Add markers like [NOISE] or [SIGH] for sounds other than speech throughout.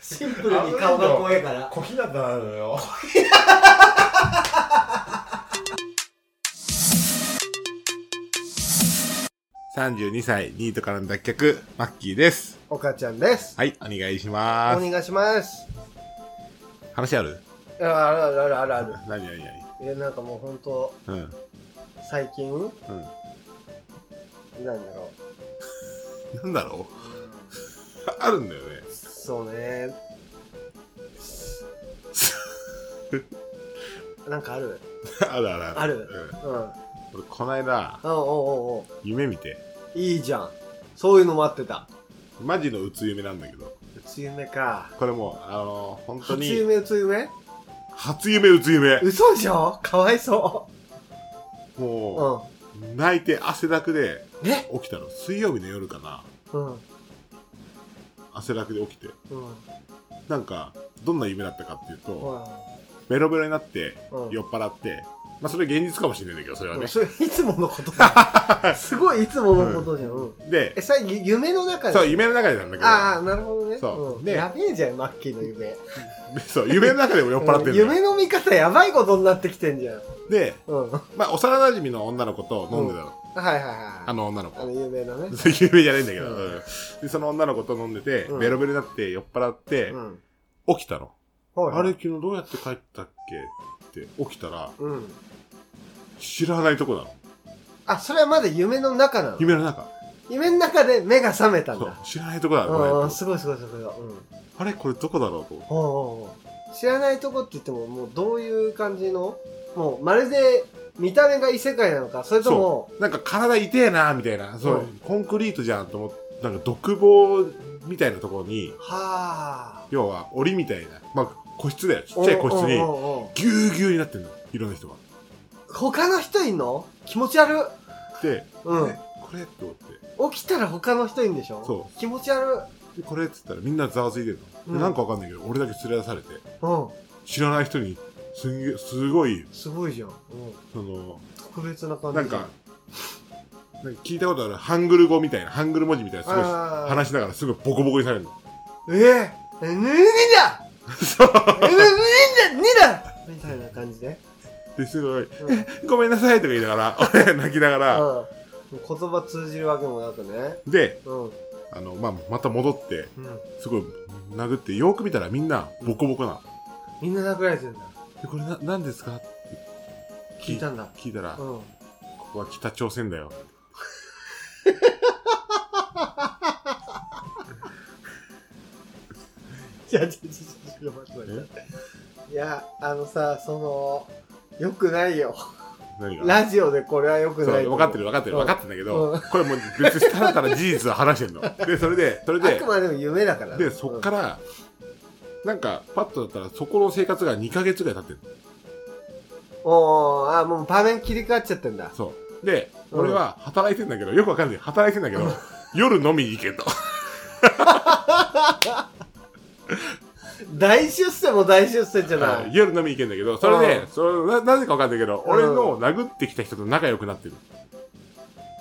シンプルに顔が怖いから小日向なのよ。32歳、ニートからの脱却、マッキーです。お母ちゃんです。はい、お願いしおます。願いします。話あるいやあるあるあるあるある。何何何え、なんかもう本当うん、最近、うん。なんだろなんだろう [LAUGHS] あるんだよね [LAUGHS] う。。そう [LAUGHS] ね。なんかある。あるあるある。あるうん。おううん、俺、こないだ、おうおうお夢見て、う。いいじゃん。そういうの待ってた。マジのうつ夢なんだけど、うつ夢か。これもう、あのー、本当初に、夢うつ夢初夢、うつ夢。嘘でしょかわいそもうう。、うん。泣いて汗だくでえ起きたの水曜日の夜かなうん。うん。汗だくで起きてなんかどんな夢だったかっていうとうベロベロになってうん酔っ払ってまあそれ現実かもしれないんだけどそれはん。ねそれ、いつものこと [LAUGHS] だ。すごいいつものことじゃん。うん。でえ、さ、ゆ夢の中でそう夢の中でなんだああ、けなるほどね。そううんでやべえじゃん、マッキーの夢。どそう夢の中でも酔っ払ってるうんのよ夢の見方やばいことになってきてんじゃん。でうん。はいまあ幼馴染の女の子と飲んでたのはいはい。あ、の女のあの子 [LAUGHS] 有名なね。有名じゃないんだけどうんうんでその女の子と飲んでてうんベロベロになって酔っ払ってうん。起きたのほら。あれ昨日どうやって帰ったっけって起きたらうん。知らないとこなのあ、それはまだ夢の中なの。夢の中夢の中で目が覚めたんそうだ。知らないとこだこれうんうん、すごいすごいすごい。うん。おうあれこれどこだろうと思っておうおう知らないとこって言っても、もうどういう感じのもうまるで見た目が異世界なのか、それとも、なんか体痛えなみたいなそう、うんコンクリートじゃんと思ってなんか独房みたいなところにはあ。要は檻みたいなまあ個室だよちっちゃい個室おうおにうおうおうぎゅうぎゅうになってんのいろんな人が他の人いんの気持ち悪っ。で、うんえ。これって思って起きたら他の人いるんでしょそう気持ち悪でこれっつったらみんなざわついてるうの、でんなんかわかんないけど俺だけ連れ出されてうん知らない人にすんげすごいすごいじゃん、うん、その特別な感じなんかなんか聞いたことあるハングル語みたいなハングル文字みたいなすごいあー話しながらすごいボコボコにされるのえええぬぬ [LAUGHS] だそうぬぬだぬだみたいな感じで、ですごいうん [LAUGHS] うん、ごめんなさいとか言いながら、 [LAUGHS] 俺泣きながら、もう言葉通じるわけもなくねで、うんあの、まあ、また戻って、うんすごい殴って、よく見たらみんなボコボコなの。みんな殴られてるんだで、これな、何ですかって聞いたんだ聞いたら、うんここは北朝鮮だよ。いやちょちょちょちょ待って待っていやあのさそのよくないよ何がラジオでこれはよくそなう、い分かってる分かってるうん分かってんだけうどん、これもう別にただただ事実を話 [LAUGHS] してんの。で、それで、それあでく、までも夢だからねで、そっから、なんか、パッとだったら、そこの生活が2ヶ月ぐらい経ってるおーあもう場面切り替わっちゃってんだそう。で、うん俺は働いてんだけど、よくわかんない。働いてんだけど、夜飲みに行けと。大出世も大出世じゃなはいい夜飲みに行けんだけど、それで、うんそれななぜかわかんないけど、うん俺の殴ってきた人と仲良くなってる。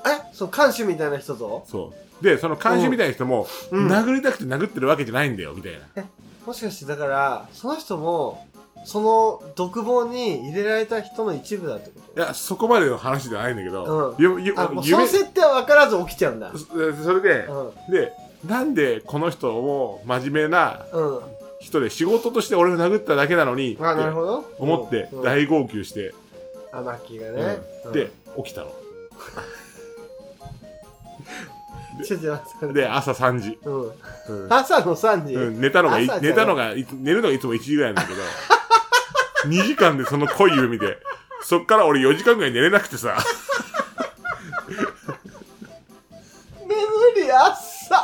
えそう看守みたいな人とそう。で、その監視みたいな人も、うん殴りたくて殴ってるわけじゃないんだよ、みたいな。もしかしてだからその人もその独房に入れられた人の一部だってこいや、そこまでの話じゃないんだけうど、んゆゆとあもうそ夢のそ設定は分からず起きちゃうんだそれでう、んで、なんでこの人を真面目なうん人で仕事として俺を殴っただけなのに、あなるってほど思ってうんうん大号泣して、あマッキーがうねんうんで、起きたの。ちょっと待ってで、朝3時。うんうん朝の3時うん、寝たのがい朝、じゃない寝たのがい、寝るのがいつも1時ぐらいなんだけど、2時間でその濃い夢で、そっから俺4時間ぐらい寝れなくてさ、眠り朝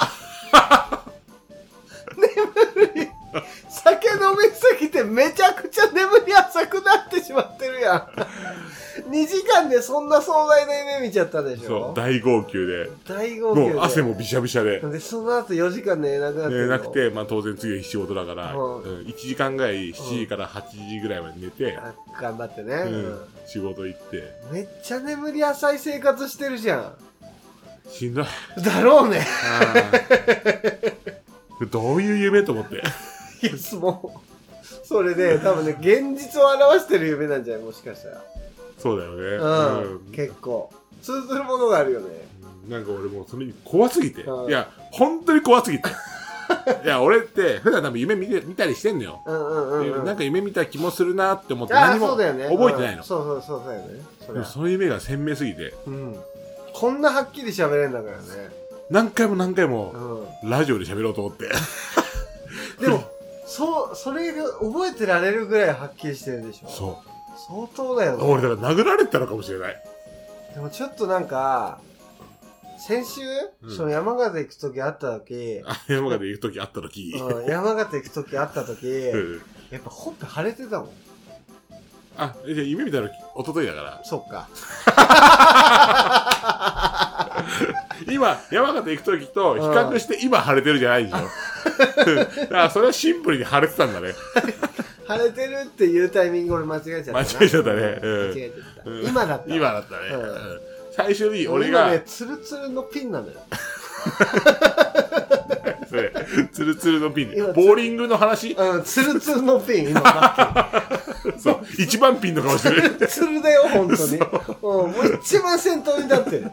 [LAUGHS] 眠り酒飲みすぎてめちゃくちゃ眠り浅くなってしまってるやん2 [LAUGHS] 時間でそんな壮大な夢見ちゃったでしそょう、大号泣で、大号泣もう汗もびしゃびしゃで、でその後4時間寝れなくなって寝れるのなくて、まあ当然次の日仕事だから、うんうん1時間ぐらい7時から8時ぐらいまで寝て、あ頑張ってね、うんうん仕事行って、めっちゃ眠り浅い生活してるじゃし [LAUGHS] んどい。んだろうねどういう夢と思って。いや、すもう、それね、多分ね、現実を表してる夢なんじゃないもしかしたそうだよら。ね。うん、結構。通ずるものがあるよね。なんか俺もうそれに怖すぎて、うんいや本当に怖すぎて [LAUGHS] いや俺って普段多分夢見て見たりしてんのよ、うんうんうん、うん。なんか夢見た気もするなって思ってああ、何もそう覚だえよね。てないうのんそうそうそうそうだよね。そでりもゃその夢が鮮明すぎてうん。こんなはっきり喋れんだからね。何回も何回うもん。ラジオで喋ろうと思って [LAUGHS] でも、そう、それが覚えてられるぐらいはっきりしてるでしょ。そ相当だようね。俺だから殴られてたのかもしれない [LAUGHS] でもちょっとなんか、先週、うんその山形行く時あった時、あ山形行く時あっ [LAUGHS] た時、うん、山形行く時あった時、 [LAUGHS] うん、やっぱほっぺ腫れてたもん。あじゃあ夢見たの一昨日だからそっか。今山形行く時と比較して今晴れてるじゃな [LAUGHS] いでしょだからそれはシンプルに晴れてたんだね腫れてるっていうタイミング俺間違えちゃったな。間違えちゃったねう間ん違えちゃった。うん今だった。今だったね、うんうん最初に俺今が、ね、ツルツルのピンなのよ。それツルツルのピンで今ボーリングの話うん、ツルツルのピン、今だそう一番ピンの顔してるって。ツルだよ、本当に。うん、もう一番先頭に立ってる。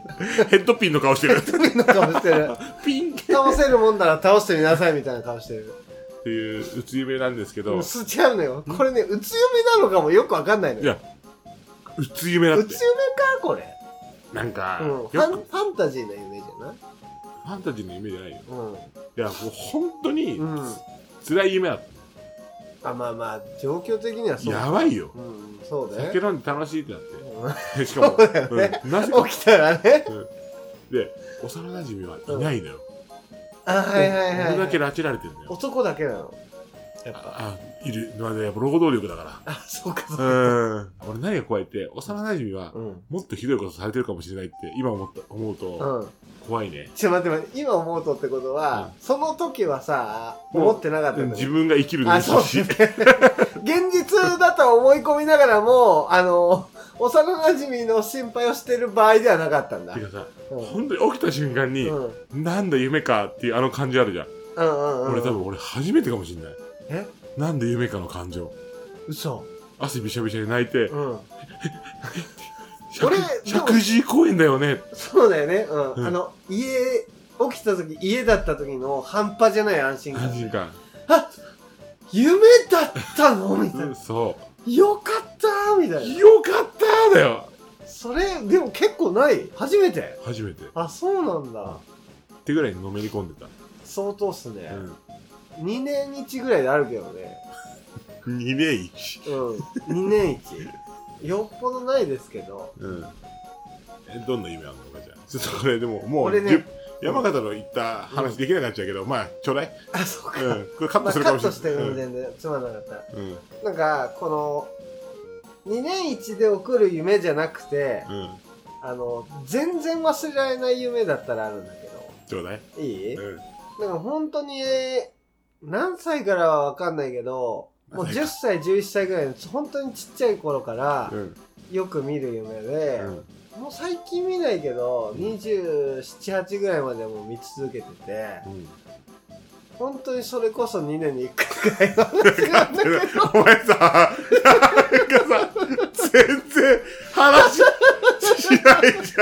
ヘッドピンの顔してるピンの顔してる。ピンっ倒せるもんなら倒してみなさいみたいな顔してる。ていううつ夢なんですけもどうすちゃうのよ。これね、うつ夢なのかもよくわかんないのいよ。やうつ夢だっうてつ夢か、これ。なんか、うん。よフくァンフファンタジーな夢じゃないァンタジーの夢じゃないよういやもう本当にん。うん。辛い夢だった、あ、まあまあ、状況的にはそう。やばいようん、そうだ酒よ。飲んで楽しいってなっうてしかもそうだよねうんなぜか [LAUGHS] ん起きたらね。で幼なじみはいないのよ、あ、はいはいはい。俺だけ拉致られてるのよ男だけなの。やっぱ。あいるまあねやっぱ労働力だからあ、そうか、そううか。ん俺何が怖いって幼なじみはうん。もっとひどいことされてるかもしれないって今思った思うとうん。怖いね、ちょっと待って待って、今思うとってことは、その時はさ、もう思ってなかったんだね自分が生きるのあ、にそう差ですしね。 [LAUGHS] 現実だと思い込みながらも、あの、幼馴染の心配をしてる場合ではなかったんだ。てうんかさうん本当に起きた瞬間に、うんなんだ夢かっていうあの感じあるじゃん、うんうん。俺多。分俺初めてかもしれないえなんで夢かの感情嘘。汗びしゃびしゃで泣いてうん。 100俺でも100時公演だよねそうだよね。うん。うんあの、家、起きた時、家だった時の半端じゃない安心感何。時間夢だったのみたいな。そよかったーみたういな。よかっただよそれ、でも結構ない初めて初めてっあ、そうなんだ。てぐらいにのめり込んで相当っすねた、。 2年1ぐらいであるけどね。うん、2年1うん、2年 [LAUGHS] 一よっぽどないですけど、うんえどんな夢あんのかじゃあちょっとこれでももう、俺ねじゅ山形の言った話できなかったけど、まあちょうだい、あ、そううか、ん、これカッまトあ、するカかもッしトれしなてい、も全然つまんなかった。うんうんなんか、この、2年一で送る夢じゃなくて、うんあの、全然忘れられない夢だったらあるんだけど、ちょうだい、いいうん、なんか本当に、何歳からはわかんないけど、もう何歳10歳、か11歳ぐらいの、本当にちっちゃい頃からう、んよく見る夢で、うんもう最近見ないけど、うん27、8ぐらいまでも見続けてて、本当にそれこそ2年に1回ぐらいの話なんだけ [LAUGHS] ど、お前さなんかさ全然話しないじ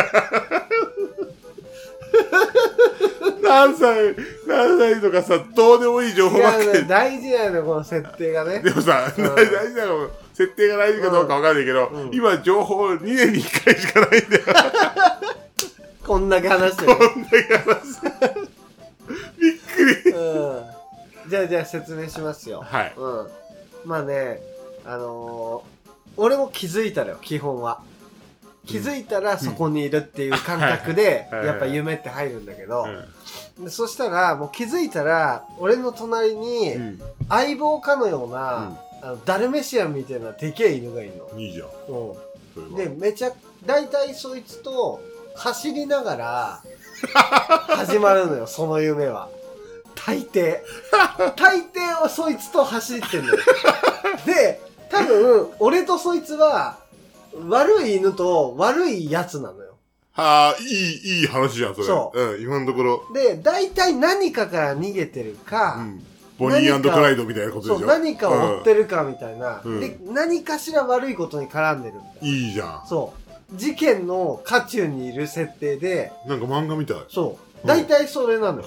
ゃん何歳何歳とかさどうでもいい情報ばっか違うりね、大事なのよこの設定がねで。もさ、うん大事なの設定が大事かどうかわかんないけど、うん今情報2年に1回しかないんだよ。こんだけ話してる。こんな話。 [LAUGHS] びっくり。うん、じゃあじゃあ説明しますよ。はい。うん。まあね、あのー俺も気づいたのよ、基本は。気づいたらそこにいるっていう感覚で、うんはいはいはいはいやっぱ夢って入るんだけど、でそしたら、もう気づいたら、俺の隣に、うん。相棒かのような、あのダルメシアンみたいなでけえ犬がいるの。いいじゃん。うん、そでれはめちゃ大体そいつと走りなが [LAUGHS] ら始まるのよその夢は大 [LAUGHS] 抵大抵はそいつと走ってんのよで多分俺とそいつは悪い犬と悪いやつなのよはあ、いい、いい話じゃん、それ。。そうん、今のところ。で大体何かから逃げてるか、うん。ボニークライドみたいなことでそしうょ何かを追ってるかみたいな、うんで何かしら悪いことに絡んでるみたいうんいいじゃんなそう事件の渦中にいる設定でなんか漫画みたいそう大体それなのよ、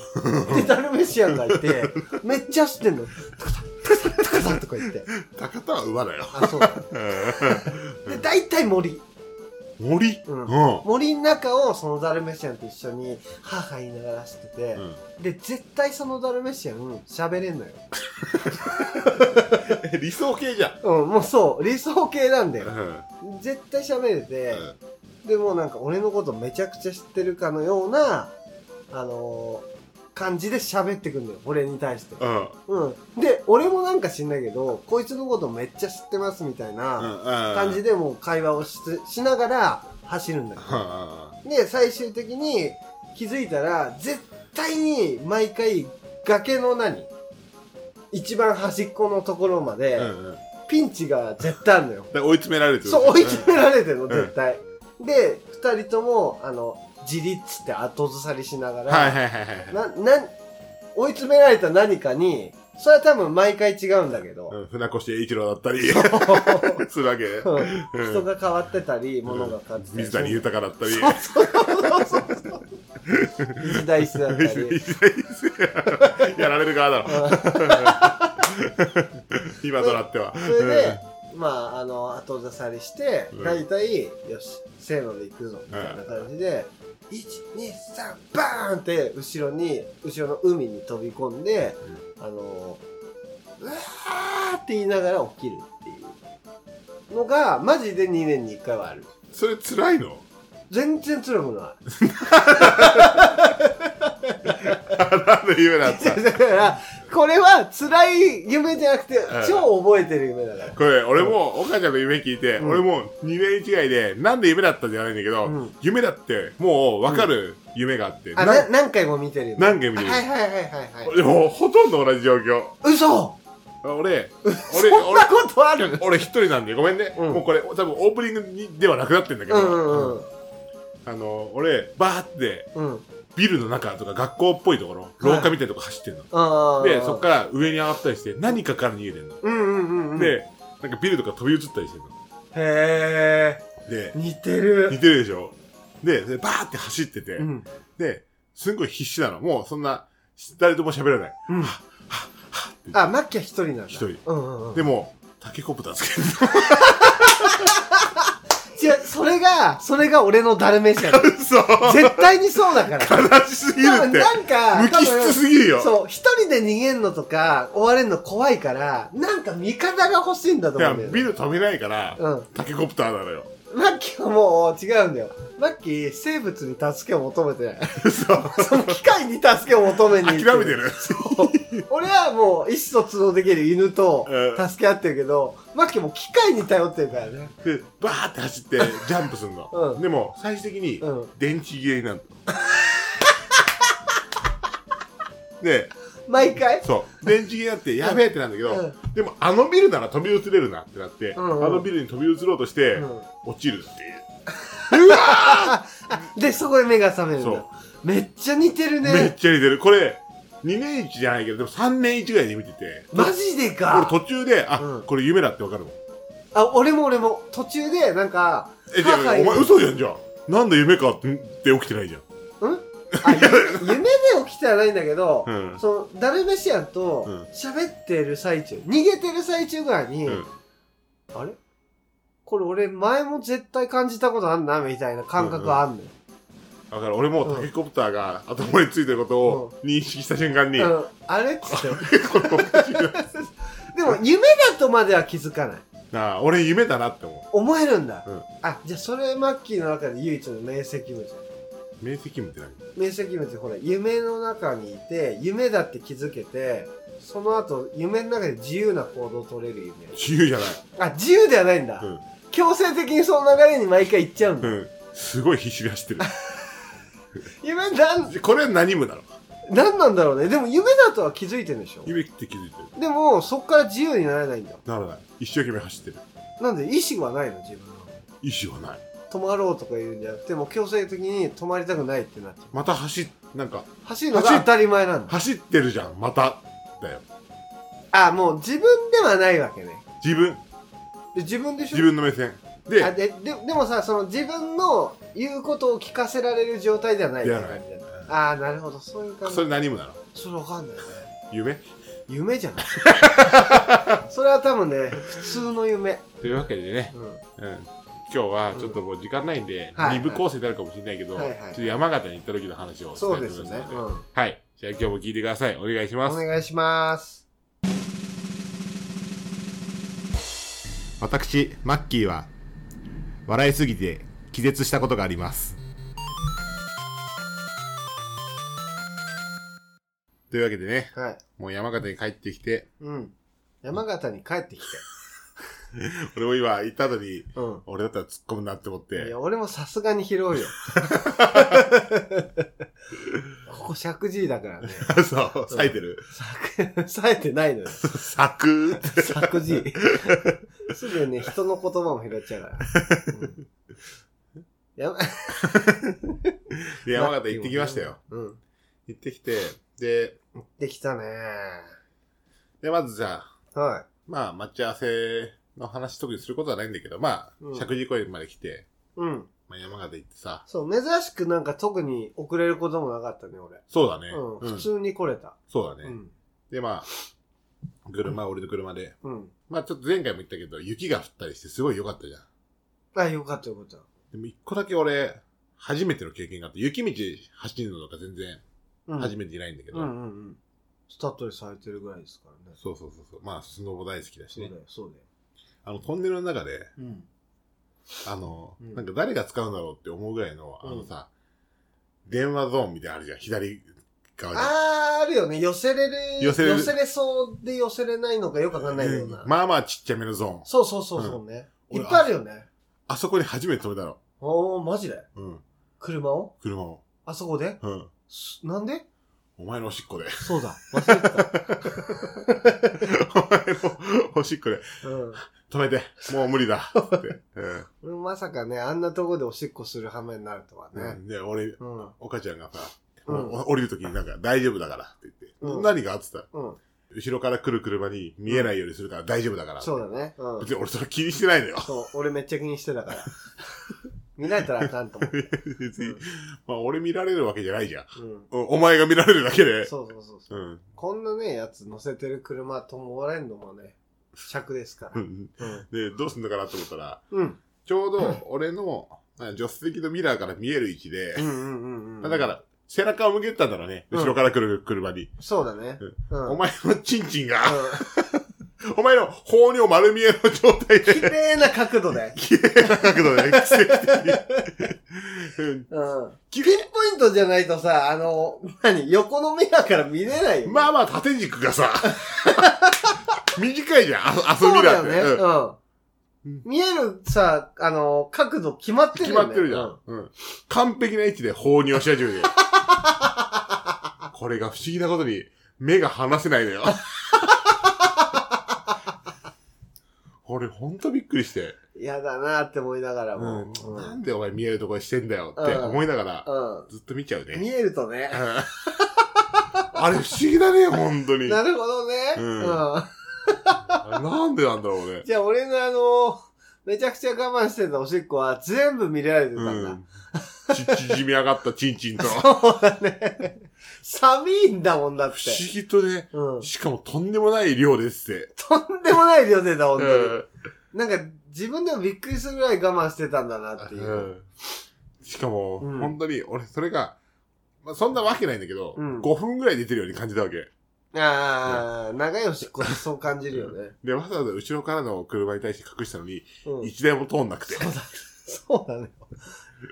でダルメシアンがいてめっちゃ知ってんのタカさんタカさんタカさんとか言って高田は馬だよあそうだで大体森森うんうん森の中をそのダルメシアンと一緒に母言いながら走ってて、うんで絶対そのダルメシアン喋れんのよ理想系じゃんうんもうそう理想系なんだうよん絶対喋れて、でもうなんか俺のことめちゃくちゃ知ってるかのような、あのー感じで喋ってくんだよ。俺に対して。うんうんうん。で、俺もなんか知んないけど、こいつのことめっちゃ知ってますみたいな感感じでもう会話をししながら走るんだよ。で、最終的に気づいたら、絶対に毎回崖の何一番端っこのところまで、ピンチが絶対あるのよ。で追い詰められてるそう、追い詰められてるの、絶対。で、二人とも、あの、自立って後ずさりしながら、はいはいはいはいな、なん、追い詰められた何かに、それは多分毎回違うんだけど、うん船越英一郎だったり [LAUGHS] するわけねうん [LAUGHS] 人が変わってたり、物が変わってたり。水谷豊だったりそうそうそうそう。水田一だったり。うん [LAUGHS] やられる側だろ [LAUGHS] 今となってはそれで、まあ、あの、後ずさりしてうん、大体、よし、せーので行くぞ、みたいな感じで、1、2、3、バーンって、後ろに、後ろの海に飛び込んで、あの、うわーって言いながら起きるっていうのが、マジで2年に1回はある。それ辛いの [LAUGHS] 全然辛くない。なんで夢だった [LAUGHS] だから、これは辛い夢じゃなくてん、超覚えてる夢だから。これ俺も岡ちゃんの夢聞いて、うん俺も2年違いでなんで夢だったじゃないんだけど、うん夢だってもう分かる夢があって、あ、なな何回も見てる夢。何回も見てるはいはいはいはいはい。でもほとんど同じ状況嘘俺そ俺ん俺なことある俺一人なんでごめんね、うんもうこれ多分オープニングにではなくなってんだけうど、んうんうんあの俺バーってうんビルの中とか学校っぽいところ廊下みたいなとこ走ってんの、あーでそっから上に上がったりして何かから逃げてんの、うんうんうんうんでなんかビルとか飛び移ったりしてんのへでー似て似るてるでしょででバーって走ってて、うんで、すんごい必死なの。もうそんな、誰とも喋らない。うんってあマッキーは一人なんだ一人うんうんうんでも、タケコプターつける違うそれがそれが俺のダルメシ [LAUGHS] アンの。 [LAUGHS] そう絶対にそうだから悲しすぎる多っ分て。なんか無機質すぎる多分よ。そう一人で逃げんのとか追われんの怖いからなんか味方が欲しいんだとい思うや、んだよねビル飛べないから、うんタケコプターなのよ。マッキーはもう違うんだよマッキー生物に助けを求めてないそう。その機械に助けを求めに行っ諦るめてる。俺はもう意思疎通のできる犬とうん助け合ってるけど、マッキーも機械に頼ってるからね。で、 [LAUGHS] バーって走って、ジャンプすんの。うんでも、最終的にうん、電池切れ [LAUGHS] になるの。で、毎回。そう。電池切れになって、やべえってなんだけど、うんでも、あのビルなら飛び移れるなってなって、うんうんあのビルに飛び移ろうとして、うん落ちるっていう。で、そこで目が覚めるんそうだ。めっちゃ似てる [LAUGHS] めっね。ちゃ似てる。これ、2年一じゃないけど、でも3年一ぐらいで見てて。マジで俺か。途中で、あ、うんこれ夢だってわかるもん。あ、俺も俺も途中でなんか、え、じゃあ、お前ん嘘じゃん、じゃあ。なんで夢かってって起きてないじゃん。 [LAUGHS] あゆ夢で起きてはないんだけど、うんそのダルメシアンとうん喋ってる最中、逃げてる最中ぐらいに、うんあれこれ俺前も絶対感じたことあんなみたいな感覚はあんのよ。だから俺もうんタケコプターが頭についてることを認識した瞬間に、うんあれっつって。 [LAUGHS] これおかしいなでも夢だとまでは気づかない。 [LAUGHS] なあ、俺夢だなって思思えるんだ。うんあ、じゃあそれマッキーの中で唯一の明晰夢じゃん。う。明晰夢って何明晰夢ってほら、夢の中にいて、夢だって気づけて、その後、夢の中で自由な行動を取れる夢。自由じゃない。あ、自由ではないんだ。うん強制的にその流れに毎回行っちゃうんだ。うん。すごい必死で走ってる。夢なん、これ何夢だろうなんなんだろうね。でも夢だとは気づいてるんでしょ夢って気づいてる。でも、そっから自由になれないんだ。ならない。一生懸命走ってる。なんで意志はないの、自分の。意志はない。止まろうとか言うんじゃなくて、もう強制的に止まりたくないってなっちゃう。また走っ、なんか、走るのが当たり前なんだ。走ってるじゃん、また。だよ。あ、もう自分ではないわけね。自分で自分でしょ自分の目線あででででもさその自分の言うことを聞かせられる状態ではないではなみいたいなあーなるほどそういう感じそれ何もなのそれわかんないね夢夢じゃない [LAUGHS] それは多分ね普通の夢、というわけでね、うん、うん、今日はちょっともう時間ないんで、うんはい二部構成になるかもしれないけど、はいはいちょっと山形に行った時の話をそうてですね、うのでん、おはいじゃあ今日も聞いてくださいお願いします願いします私マッキーは笑いすぎて気絶したことがありますというわけでねはいもう山形に帰ってきてうん山形に帰ってきて、俺も今行った後にうん俺だったら突っ込むなって思っいてや俺もさすがに拾うよ [LAUGHS] ここ石神井だからね [LAUGHS] そう咲いてる冴えてないのよ咲くって作 [LAUGHS] 字。すぐね、人の言葉も拾っちゃうから。うんやばで山形行ってきましたよ。うん。行ってきてでできたね。でまずじゃあはまあ待ち合わせの話特にすることはないんだけどまあうん石神井公園まで来て、い。うん。まあ、山形行ってさそう、珍しくなんか特に遅れることもなかったね、俺。そうだね、うん。うん普通に来れた。そうだね、うん。で、まあ、車、俺の車で。うん。まあ、ちょっと前回も言ったけど、雪が降ったりしてすごい良かったじゃん。あ、よかったよかった。でも一個だけ俺、初めての経験があって、雪道走るのとか全然うん。初めていないんだけど、うんうんうん。スタッドレスされてるぐらいですからね。そうそうそうそう。まあ、スノボ大好きだしそうねだ。よ、そうだよ。あの、トンネルの中で、うん。あの、うんなんか誰が使うんだろうって思うぐらいの、あうのんさ、電話ゾーンみたいなのあるじゃん。左側に。あー、あるよね。寄せれる。寄せれる寄せれそうで寄せれないのかよくわかんないような。まあまあちっちゃめのゾーン。そうそうそうそうね。うんいっぱいあるよね。あそこに初めて止めたの。おー、マジでうん。車を車を。あそこでうん。すなんでお前のおしっこで。そうだ。忘れて [LAUGHS] お前のおしっこで。 [LAUGHS] た。うん。止めて、もう無理だ。って。俺もまさかね、あんなとこでおしっこする羽目になるとはうね。ん。で、俺、うん。うん。お母ちゃんがさ、うんお降りるときになんか、大丈夫だからって言って。うん何があって言ったら後ろから来る車に見えないようにするから大丈夫だから。そうだね。うん別。に俺それ気にしてないのよ。 [LAUGHS] そう、俺めっちゃ気にしてたから。見られたらあかんと思って。別うにん。まあ俺見られるわけじゃないじゃん。うん。おお前が見られるだけで。そうそうそうそう。うん。こんなね、やつ乗せてる車ともらえんのもね、尺ですかうら。ん [LAUGHS] うん。で、どうすんのかなと思ったら、うん。ちょうど俺の、まあ助手席のミラーから見える位置でう、んうんうんうん。だから、背中を向けてたんだろうね。うん後ろから来る車に。そうだね。うん。お前のチンチンが、うんお前の放尿丸見えの状態綺で、麗な角度 [LAUGHS] で。綺麗な角度 [LAUGHS] で、奇跡的にうん。綺ピンポイントじゃないとさ、あの、何、横の目だから見れないうんよ。まあまあ縦軸がさ、 [LAUGHS] 短いじゃん、あ遊そびうだだっよて。ね。うんうん。見えるさ、あの、角度決まってる決よね。まってるじゃん。うん完璧な位置で放尿し始めて。これが不思議なことに目が離せないのよ。 [LAUGHS] 俺ほんとびっくりして、うん。嫌だなって思いながらも。う。なんんでお前見えるとこでしてんだよって思いながら、うずっと見ちゃうね。ん。見えるとね。あれ不思議だね、本当に。なるほどね。うんうん。なんでなんだろうね。じゃあ俺のあの、めちゃくちゃ我慢してたおしっこは全部見られてたんだ。うん。ち、縮み上がったチンチンと。不そうだね。寒いんだもんだって。思議とね、うん。しかもとんでもない量ですって。とんでもない量出た、本う当に。んなんか、自分でもびっくりするぐらい我慢してたんだなっていうう。ん。しかも、うん本当に、俺、それが、まあ、そんなわけないんだけど、うん5分ぐらい出てるように感じたわけ。ああ、長いおしっこってそう感じるよね。で、わざわざ後ろからの車に対して隠したのに、うん。一台も通んなくて。そうなのよ。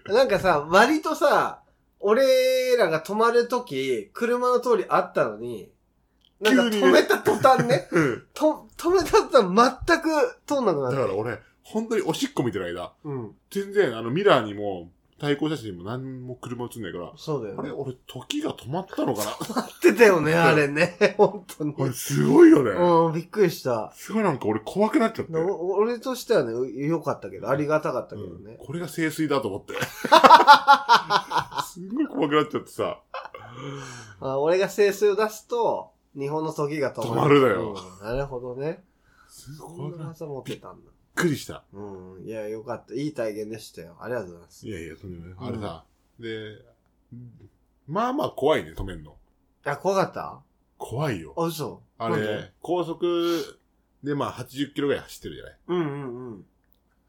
なんかさ、割とさ、俺らが止まるとき、車の通りあったのに、なんか急に止ねめた途端 [LAUGHS] ね、うんと止めた途端全く通んなくなだっかた。ら俺、本当におしっこ見てる間、うん。全然、あの、ミラーにも、対向車線にも何も車映んないから、そうだよあれね。俺、時が止まったの [LAUGHS] かな合ってたよね、あれね。 [LAUGHS] 本当に。これすごいよね。うん、びっくりした。 [LAUGHS] すごいなんか俺怖くなっちゃって。なお俺としてはね、良かったけど、ありがたかったけどうんね。これが清水だと思って。 [LAUGHS] すんごい怖くなっちゃってさ。あ俺が清水を出すと、日本の時が止まる。止まるだようんなるほどね。すそごいんなな。びっ技持ってたんだ。くりした。うん。いや、よかった。いい体験でしたよ。ありがとうございます。いやいや、とんでもない。あれさ、で、まあまあ怖いね、止めんの。あ、怖かった怖いよ。あ、嘘。あなんでれ、高速でまあ80キロぐらい走ってるじゃない。うんうんうん。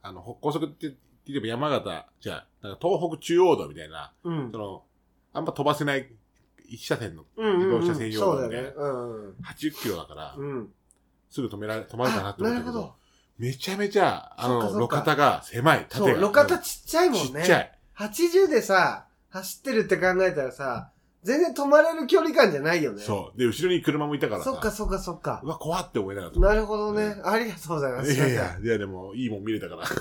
あの、ほ高速って言えば山形、じゃあ、なんか東北中央道みたいな、うんそ。の、あんま飛ばせない一車線のうんうんうん自動車専用そう道だで、よね。うんうん。 80キロだから、うん。すぐ止められ、止まるかなって思っあなたけるほど、めちゃめちゃ、あそっの、かそっ路か肩が狭い、そう、縦が。路肩ちっちゃいもんちね。っちゃい。 80でさ、走ってるって考えたらさ、全然止まれる距離感じゃないよね。そう。で、後ろに車もいたからさ、そっかそっかそっかう。わ、怖って思いながら止めたなるほどね。ありがとうございます。いやいや、いやでも、いいもん見れたから。 [LAUGHS]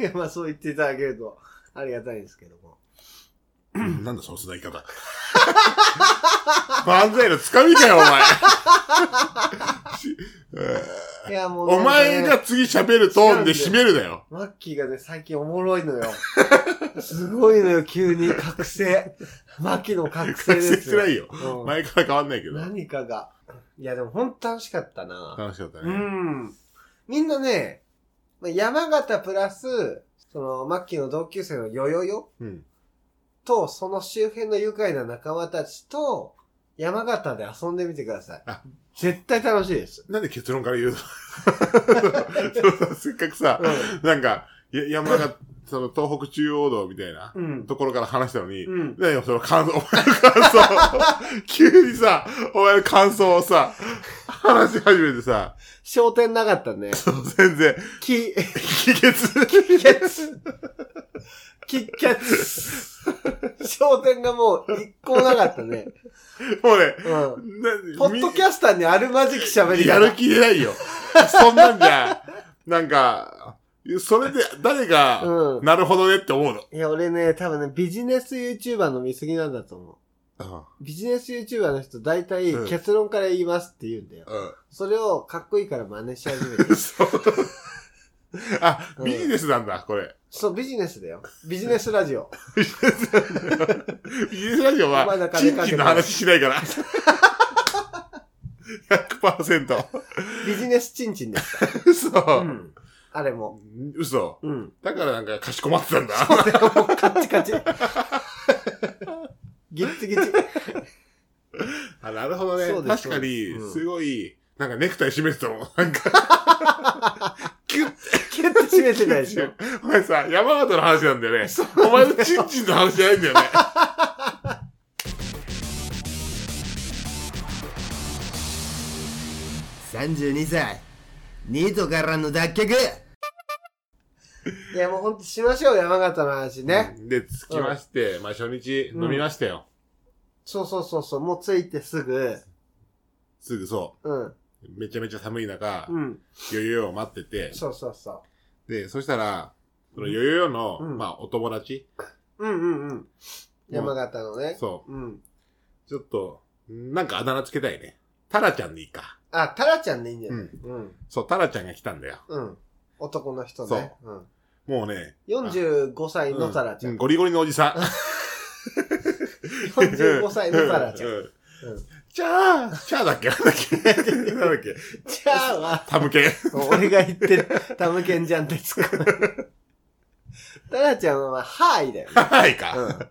いや、まあそう言っていただけるとありがたいんですけども。なんだ、その繋 [LAUGHS] ぎ方。万歳のつかみかよ、お [LAUGHS] 前。しいや、もう、お前が、次喋るトーンで締めるだよ。マッキーがね、最近おもろいのよ。 [LAUGHS] すごいのよ、急に覚醒。マッキーの覚醒覚で醒すしてよ。ないよ。うん前から変わんないけど。何かが。いや、でも本当楽しかったな。楽しかったうね。ん。みんなね、まあ山形プラス、その、マッキーの同級生のヨヨヨうん。と、その周辺の愉快な仲間たちと、山形で遊んでみてくださいあ。絶対楽しいです。なんで結論から言うの [LAUGHS] そうそうせっかくさ、なんか、や山が、その東北中央道みたいなうん。うん。ところから話したのに、うん。何よ、その感想、お前の感想。 [LAUGHS] 急にさ、お前の感想をさ、話し始めてさ、焦点なかった [LAUGHS] ね。全然、き、秘訣。きけつ。きけつ。焦点がもう一個もなかったね。もうね、うん。なポッドキャスターにあるまじき喋りみ方やる気出ないよ。そんなんじゃ、なんか、それで誰が、うん。なるほどねって思うの。いや、俺ね、多分ね、ビジネス YouTuber の見過ぎなんだと思う。ビジネス YouTuber の人、大体うん結論から言いますって言うんだよ。うそれをかっこいいから真似し始めてん。。そう。 [LAUGHS] あ、うんビジネスなんだ、これ。そう、ビジネスだよ。ビジネスラジオ。ビジネスラジオお前はら、金かチけンてチンの話しないから。100%。ビジネスチンチンです。う嘘。ん。あれも。嘘。うん。だからなんか、かしこまってたんだ。でももうカッチ [LAUGHS] カチ。ギッチギチ。あ、なるほどねそう。です確そかにうで、すすごい、なんかネクタイ締めてたもん。なんか、キュッキュッと締めてないでしょ。お前さ、山形の話なんだよね。お前のチンチンの話じゃないんだよね。 32歳ニートからの脱却いや、もうほんとしましょう、山形の話ね。で、着きまして、まあ初日飲みましたよ。そうそうそうそう、もう着いてすぐ。すぐそうん。う。めちゃめちゃ寒い中、うん。ヨヨヨを待ってて、そうそうそで、そしたら、そのヨヨヨの、うんまあお友達、う。うんうんうん。山形のね。そうん。う、ちょっと、なんかあだ名つけたいね。タラちゃんでいいか。あ、タラちゃんでいいんじゃうないん。うん。そう、タラちゃんが来たんだよ。うん。男の人ね。うん。もうね、 45歳のタラちゃ。うんゴリゴリのおじさん。 [LAUGHS] 45歳のタラちゃん。ううんん。チャー、チャーだっけなんだっけなんだっけじゃあは、タムケ。俺が言ってる、タムケンじゃんってつく。タラちゃんは、まあ、はーいだよね。はいうん [LAUGHS] か。。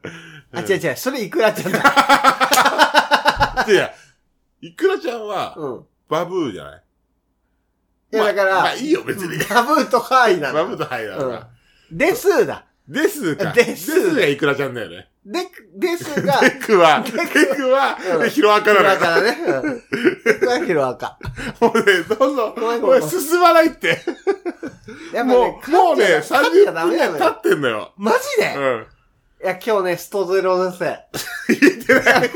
あ、違う違う、それいくらちゃんだ。いや、いくらちゃんは、うん。バブーじゃないいや、だかまあまあら、いいよ、別に。タブーとハイなバブーの。とハイだから。ですだ。ですか。ですですがいくらちゃんだよね。で、ですが、テクは、テテククは、うんヒロアカだなのよ。からね。うん。僕はヒロアカ。もうね、どんどごめんん、ごめん俺進まないって。やっぱね、もう、もうね、勝っちゃ30ダ分メぐならいの経よ。ってんのよ。マジでう、ん。いや、今日ね、ストゼロのせい。いや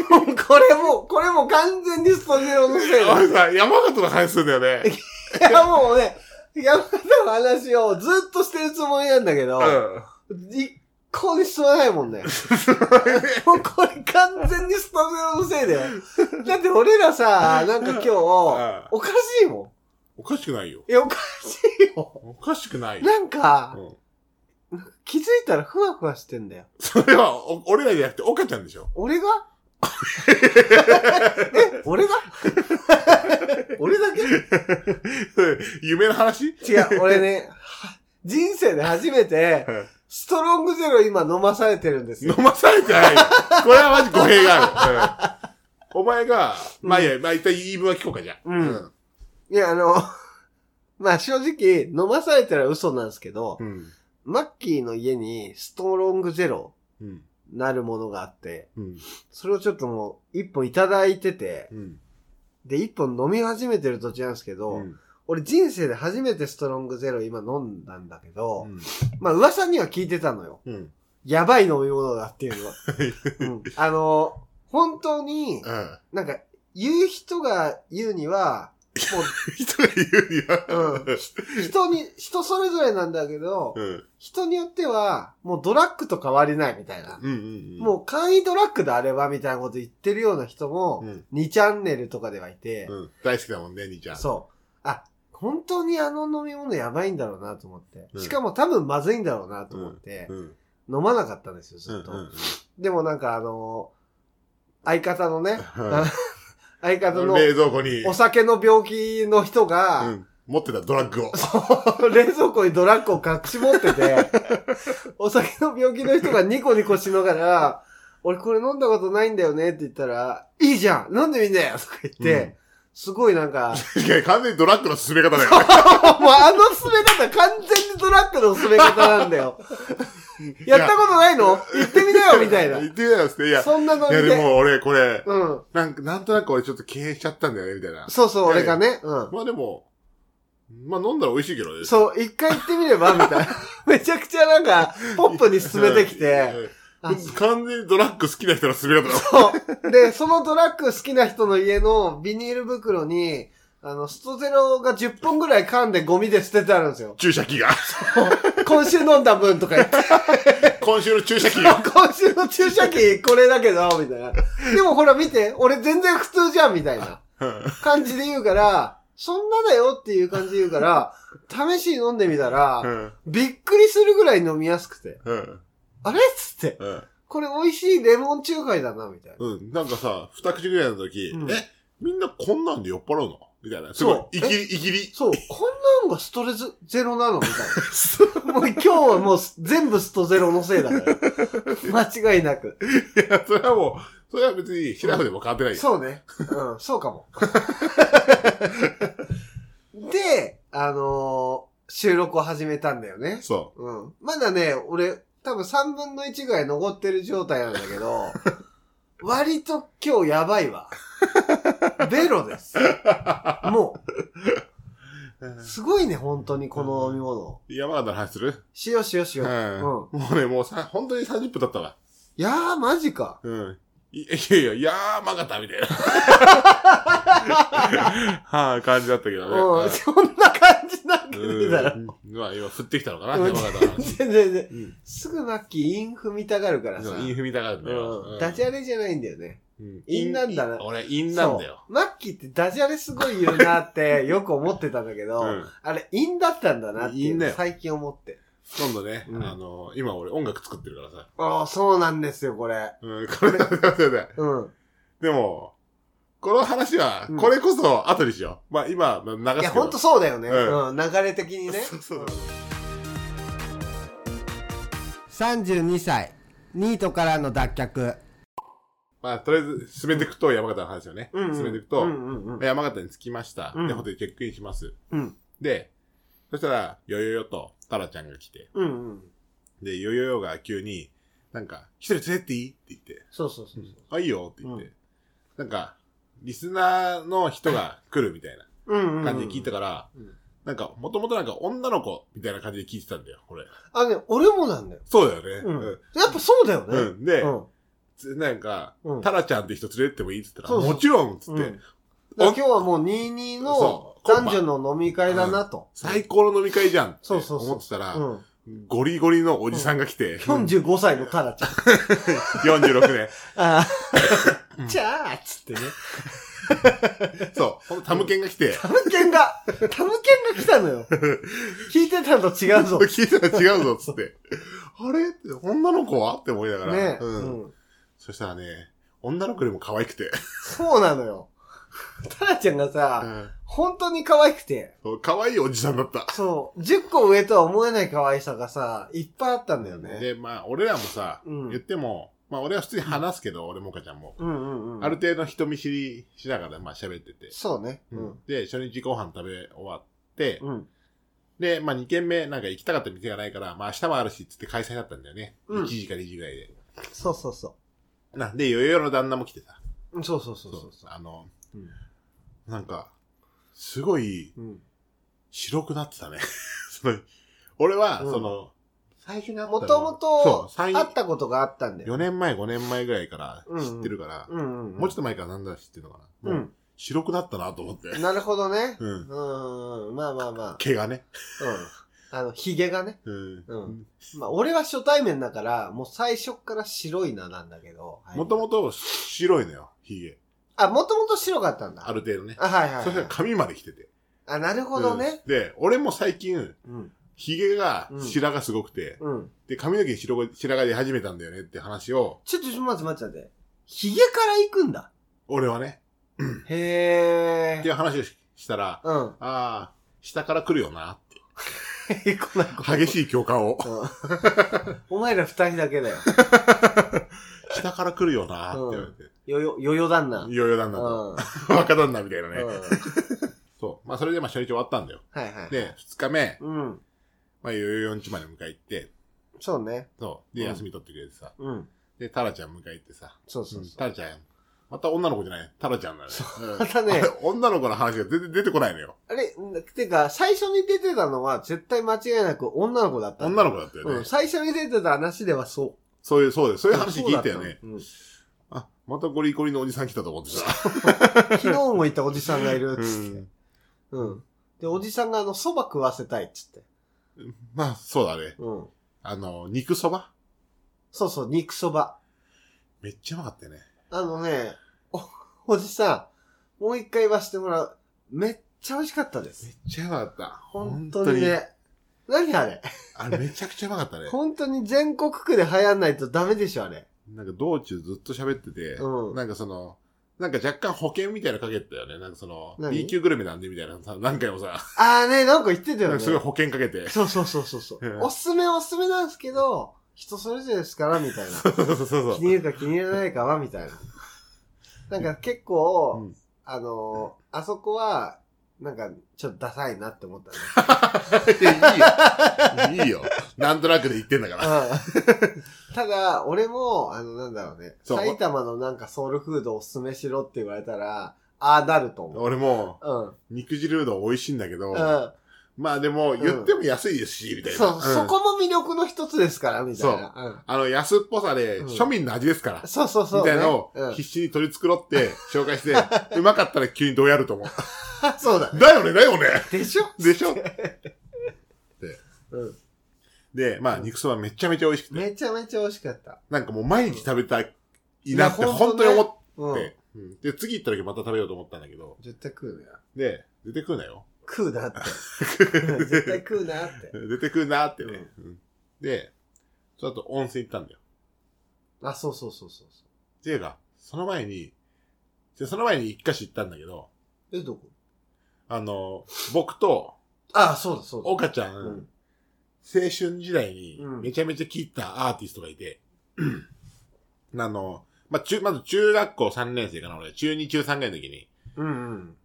これも、これも完全にストゼロのせい [LAUGHS] だ。俺さ、山形の話するんだ [LAUGHS] よね。いや、もうね、山形の話をずっとしてるつもりなんだけど、うん。一向に進まない [LAUGHS] もんね。もうこれ完全にスタジオのせい [LAUGHS] だよ。だって俺らさ、なんか今日、おかしいもおかしくないよ。ん。いや、おかしいよ。おかしくないよ。なんかう、ん気づいたらふわふわしてんだよ。 [LAUGHS] それは、お俺らじゃなくて、岡ちゃんでしょ。 [LAUGHS] 俺が俺だ [LAUGHS] 俺だけ夢の話違う、俺ね、は人生で初めて、ストロングゼロ今飲まされてるんです飲よ。まされてないよ。これはマジ語弊がある。うんお前が、まあいいや、まあ一旦言い分は聞こうか、じゃあ。うん。いや、あの、 [LAUGHS] まあ正直、飲まされたら嘘なんですけど、うん。マッキーの家にストロングゼロうん。なるものがあって、うん。それをちょっともう一本いただいてて、うん。で、一本飲み始めてる途中なんですけど、うん俺人生で初めてストロングゼロ今飲んだんだけど、うんまあ噂には聞いてたのよ。うん。うん。やばい飲み物だって [LAUGHS] いうのは。うんあの、本当に、なんか、言う人が言うには、人が言うにもはう、うん、。ひ人に、人それぞれなんだけ [LAUGHS] ど、うん。人によっては、もうドラッグと変わりないみたいな。うんうん。もう簡易ドラッグだあれはみたいなこと言ってるような人も、うん。 2チャンネルとかではいて、うん。大好きだもんね、兄ちゃん。そう。あ、本当にあの飲み物やばいんだろうなと思って。うんしかも多分まずいんだろうなと思って、うん。飲まなかったんですよ、うん。ずうっと。ん。でもなんかあの相方のね、うん相方の冷蔵庫に、お酒の病気の人が、うん持ってたドラッグを。 [LAUGHS] 冷蔵庫にドラッグを隠し持ってて、 [LAUGHS] お酒の病気の人がニコニコしながら、俺これ飲んだことないんだよねって言ったら、いいじゃん飲んでみんだよとか言って、うんすごいなんか、確かに完全にドラッグの進め方だよね。もうあの進め方完全にドラッグの進め方なんだよ。 [LAUGHS] やったことないの行ってみなよみたいな言。ってみたいですね。いや、そんなノいやリでで。も俺これ、うん。なんか、なんとなく俺ちょっと敬遠しちゃったんだよね、みたいな。そうそう、いや俺いやがね。うん。まあでも、まあ飲んだら美味しいけどね。そう、一回行ってみればみたいな。 [LAUGHS] めちゃくちゃなんか、ポップに進めてきて。うん。あうん完全にドラッグ好きな人の進め方だ。そう。で、そのドラッグ好きな人の家のビニール袋に、あの、ストゼロが10本ぐらい噛んでゴミで捨ててあるんですよ。注射器が。 [LAUGHS] 今週飲んだ分とか言って、今週の注射器 [LAUGHS] が。今週の注射器これだけど、みたいな。でもほら見て、俺全然普通じゃん、みたいな感じで言うから、そんなだよっていう感じで言うから、試しに飲んでみたうら、ん。びっくりするぐらい飲みやすくて。うん。あれっつって。うんこれ美味しいレモン中華だな、みたいな。うん。なんかさ、二口ぐらいの時う、んえ、みんなこんなんで酔っ払うのみたいな。すごいそう。いきり、いきり。そう、こんなんがストレスゼロなのみたいな。もう今日はもう全部ストゼロのせいだから。間違いなく。いや、 [LAUGHS] それはもう、それは別に、平野でも変わってないよ。そうね。うん、そうかも。で、あのー収録を始めたんだよね。そうん。まだね、俺、多分3分の1ぐらい残ってる状態なんだけど、割と今日やばいわ。ベロです。もう。う、すごいね、本当にこの飲み物。山形の話するしようしようしうよん。う。もうね、もうさ、本当に30分経ったわ。いやー、マジか。うん。いいやいや、山形みたいな。はい、感じだったけどうね。ん、そんな感じなくてうんたら。まあ今降ってきたのかな、うん山形の話。全然全然。うん。すぐマッキーイン踏みたがるからさ。そうインフミたがるんだよ。ううんんダジャレじゃないんだよね。うんインなんだな俺、インなんだよ。そう。マッキーってダジャレすごい言うな [LAUGHS] ってよく思ってたんだけど、うんあれ、インだったんだなっていイうンのだをよ最近思って。今度ね、うんあの、今俺音楽作ってるからさ。ああ、そうなんですよ、これ。うん、これ、これうん。でも、この話はうん、これこそ後にしよう。まあ今、まあ流いや、すけほどんとそうだよね。うんうん、流れ的に [LAUGHS] ね。そうそう。 32歳ニートからの脱却まあとりあえず、進めていくと山形の話をね。うんうん進めていくうと、んうんうん。山形に着きました。うんで、ホテルチェックインします。うんで、そしたら、よよよと、タラちゃんが来て、うんうん。で、ヨヨヨが急に、なんか、一人連れてっていいって言って、そうそうそうそあ、いいよって言って、なんか、リスナーの人が来るみたいなう。うんうんうん。感じで聞いたから、うんなんか、もともとなんか女の子みたいな感じで聞いてたんだよ、これ。あ、ね、俺もなんだよ。そうだよね。うん。やっぱそうだようね。ん。うんで、うん。つなんか、うんタラちゃんって人連れてってもいいって言ったそら、うそうもちろんっつうっんて、だから今日はもう22のそう男女の飲み会だなと。最高の飲み会じゃんってそ思うそうそうってたら、うん。ゴリゴリのおじさんが来て、 45歳のタラちゃん。 46あ [LAUGHS] あ。じゃあ、つってね。年。 [LAUGHS] そう、このタムケンが来て、タムケンが、タムケンが来たのよ。聞いてたのと違うぞ。ね聞いたら違うぞっ [LAUGHS] つって。あれって女の子はって思いながら。え。うんうんそしたらね、女の子よりも可愛くて。そうなのよ。タラちゃんがさ、本当に可愛くて、そう可愛いおじさんだった。そう、10個上とは思えない可愛さがさ、いっぱいあったんだよね。で、まあ、俺らもさ、うん言っても、まあ、俺は普通に話すけど、俺もかちゃんも。うんうんうん。ある程度人見知りしながら、まあ、喋ってて。そうね。うん。で、初日ご飯食べ終わって、うん。で、まあ、2軒目、なんか行きたかった店がないから、まあ、明日もあるし、つって開催だったんだよね。うん1時か2時ぐらいで。そうそうそな、で、よよの旦那も来てさ。う。うんそうそうそうそうそそう。あの、う。うんなんか、すごい、うん。白くなってたね。 [LAUGHS] その、俺は、うんその、最近にもともと、そう、あ3っ、たことがあったんだよ。 4年前、5年前ぐらいからうんうん知ってるから、うんうん。もうちょっと前からなんだら知ってるのかな。うもん。白くなったなと思って。なるほどね。う。うんん。うんまあまあまあ。毛がね。うん。あの、髭がね。うん。うんまあ、俺は初対面だから、もう最初から白いななんだけど。はいもともと白いのよ、髭。あ、もともと白かったんだ。ある程度ね。あ、はいはいそはしたいら。髪まで来てて。あ、なるほどね。うんで、俺も最近、うん。髭がうん、白がすごくて、うん。で、髪の毛に白が白が出始めたんだよねって話を、ちょっとちょっと待って待って待って。髭から行くんだ。俺はね、へっていえ。う話をしした [LAUGHS] ら、うん。ああ、下から来るよな。え、来ない子。激しい共感を。 [LAUGHS] うんお前ら二人だけだよ。下から来るよな。って言われて。よよ、よよ旦那。いよいよだんうだん。と。うん。若旦那みたいなね。はそう。まあ、それでまあ、初日終わったんだよ。いはい。で、二日目、うん。まあ、よよよんちまで迎え行って、そうね。そう。で、うん休み取ってくれてさ。うん。で、タラちゃん迎え行ってさ。そうそうそタラちゃん。また女の子じゃない。タラちゃんなのよ。う。またあねれ、女の子の話が全然出てこないのよ。あれ、んてか、最初に出てたのは絶対間違いなく女の子だった。女のの子だったよね。うん、最初に出てた話ではそ。そういう、そうです。そうういう話聞いたよね。うん。あ、またゴリゴリのおじさん来たと思ってさ。昨日もいたおじさんがいるっつって。うん。で、おじさんがあの、蕎麦食わせたいっつって。 [LAUGHS] まあ、そうだね。うん。あの、肉そばそうそう、肉蕎麦。めっちゃうまかったよね。あのね、お、おじさん、もう一回言わせてもらう。めっちゃ美味しかったです。めっちゃうまかった。本当にね。何あれ本当に。あれ、めちゃくちゃうまかったね。本当に全国区で流行んないとダメでしょ、あれ。なんか道中ずっと喋ってて、うんなんかその、なんか若干保険みたいなのかけてたよね。なんかその、何 B 級グルメなんでみたいなさ、何回もさ、あーね、なんか言ってたなよんね。かすごい保険かけて。そうそうそうそうそうう。んおすすめはおすすめなんですけど、人それぞれですから、みたいな。そうそうそう [LAUGHS] 気に入るか気に入らないかは、みたいな。なんか結構、うんあのーあそこは、なんか、ちょっとダサいなって思 [LAUGHS] ったね。いやいいよ。いいよ。なんとなくで言ってんだから。うん [LAUGHS] ただ、俺も、あの、なんだろうね。そう埼玉のなんかソウルフードおすすめしろって言われたら、ああなると思う。俺も、うん。うん。肉汁うどん美味しいんだけど、そまあでも、言っても安いですし、みたいな。う、んそこも魅力の一つですから、みたいな。うんあの、安っぽさで、うん庶民の味ですから。そうそうそう。みたいなのねうをん必死に取り繕って紹介して、うまかったら急にどうやると思う。そうだね。だよね、だよねで [LAUGHS] しょでしょうん。で、まあ、肉そばめちゃめちゃ美味しくて、めちゃめちゃ美味しかった。なんかもう毎日食べたいなっていや本当に思っうてん。、うんで、次行った時また食べようと思ったんだけど、絶対食うなよ。で、出てくるなよ。食うなって。 [LAUGHS] 絶対食うなって。出てくるなってね。うんで、その後温泉行ったんだよ。あ、そうそうそうそうそていうか、その前に、でその前に一箇所行ったんだけど、う。え、どこあの、僕と、あ、そうだそうだ。岡ちゃん、うん。青春時代にうんめちゃめちゃ聴いたアーティストがいて、あの、まあ、中、まず中学校3年生かな、俺、中2、中3ぐらいの時に、うんうん。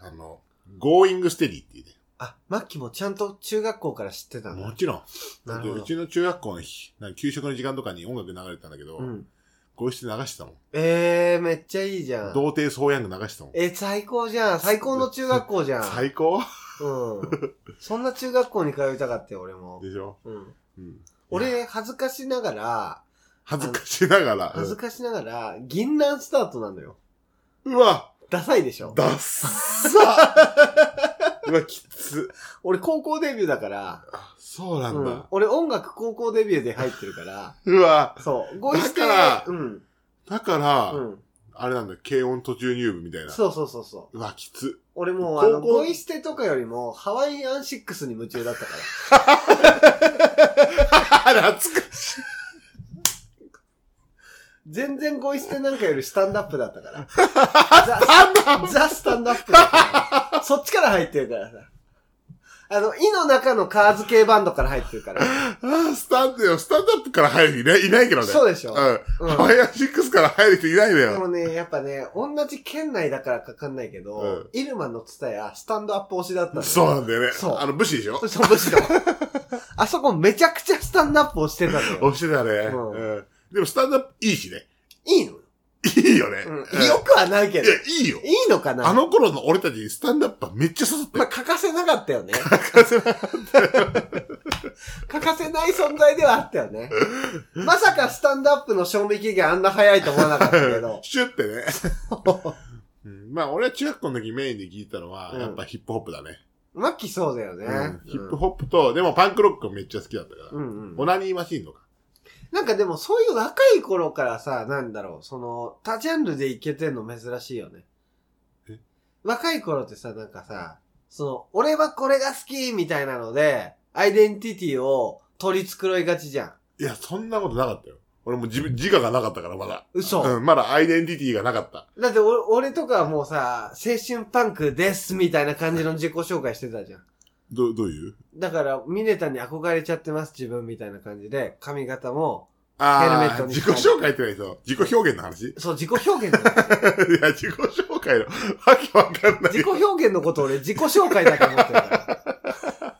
あの、Going Steady っていうね。あ、マッキーもちゃんと中学校から知ってたんもだ。ちろん。なるほうどち。の中学校の日、なんか給食の時間とかに音楽流れてたんだけど、うん。こうして流してたもん。ええー、めっちゃいいじゃん。童貞ソーヤング流してたもん。え、最高じゃん。最高の中学校じゃん。最高うん。そんな中学校に通いたかったよ、俺も。でしょ、うん。うん、俺、恥ずかしながら、恥ずかしながら。恥ずかしながら、銀杏スタートなのよ。うわダサいでしょダッ [LAUGHS] サうわ、きつ。俺高校デビューだから、そうなんうんだ。俺音楽高校デビューで入ってるから、うわそう、ゴイステだからうん、だから、うん。あれなんだ、軽音途中入部みたいな。そうそうそうそう。うわ、きつ。俺もう、あの、高校ゴイステとかよりも、ハワイアンシックスに夢中だったから。懐かしい。全然ゴイステなんかよりスタンダップだった [LAUGHS] から。ザ・ザスタンダップだったから。そっちから入ってるからさ。あの、イの中のカーズ系バンドから入ってるから。ああ、スタンドよ、スタンドアップから入る人いないいないけどね。そうでしょうん。うんハワイアンシックスから入る人いないのでよ。もね、やっぱね、同じ県内だからかかんないけど、うんイルマのツタヤ、スタンドアップ推しだったんだよそうなんだよね。そうあの、武士でしょそう、むしろ。 [LAUGHS] あそこめちゃくちゃスタンドアップをしてたのよ。押してたね。うんうん。でも、スタンドアップいいしね。いいの、いいよね。うんうんよくはないけいどや。、いいよ。いいのかなあの頃の俺たちにスタンドアップはめっちゃ刺さったまあ、よ。。欠かせなかったよね。欠かせない存在ではあったよね。まさかスタンドアップの賞味期限あんな早いと思わなかったけど [LAUGHS] シュってね。 [LAUGHS] うんまあ、俺は中学校の時メインで聞いたのは、うんやっぱヒップホップだね。マッキーそうだよね。うんヒップッホップと、でもパンクロックもめっちゃ好きだったから。うんうオん、ナニーマシンとか。なんかでもそういう若い頃からさ、なんだろう、その、他ジャンルでいけてんの珍しいよねえ。若い頃ってさ、なんかさ、その、俺はこれが好きみたいなので、アイデンティティを取り繕いがちじゃん。いや、そんなことなかったよ。俺も自分、自我がなかったから、まだ。嘘うん、まだアイデンティティがなかった。だって俺、俺とかはもうさ、青春パンクですみたいな感じの自己紹介してたじゃん。ど、どういうだから、ミネタに憧れちゃってます、自分みたいな感じで、髪型も、あヘルメットーに自己紹介ってないと、自己表現の話 [LAUGHS] いそう、自己表現だよや、自己紹介の、わけわかんない自己。表現のこと俺、自己紹介だと思ってるから。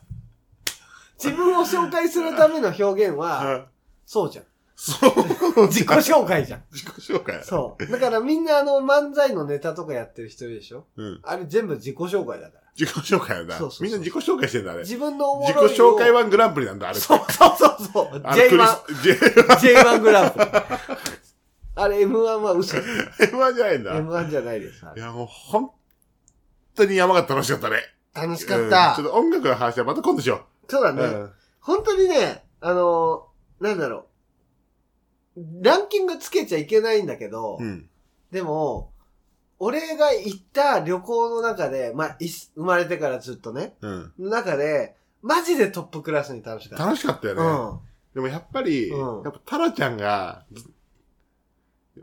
自分を紹介するための表現は、あそうじゃん。そう。自己紹介じゃん。自己紹介。そう。だからみんなあの漫才のネタとかやってる人いるでしょうん。あれ全部自己紹介だから。自己紹介だなそうそうそうみんな自己紹介してんだ、あれ。自自分のおも己ろいを紹介ワングランプリなんだ、あれ。そうそうそうそう。あの J1。クリス J1 グランプリ。あれ M1 は嘘。 J1 じゃないんだ。 M1 じゃないです。あいれや、もう、本当に山形楽しかったね。楽しかったうん。ちょっと音楽の話はまた今度しよそうだう。ね。うん本当にね、あのーなんだろう。ランキングつけちゃいけないんだけど、うん。でも、俺が行った旅行の中で、まあ、いす生まれてからずっとね、うん。の中で、マジでトップクラスに楽しかった。楽しかったよね。うん。でもやっぱり、うんやっぱタラちゃんが、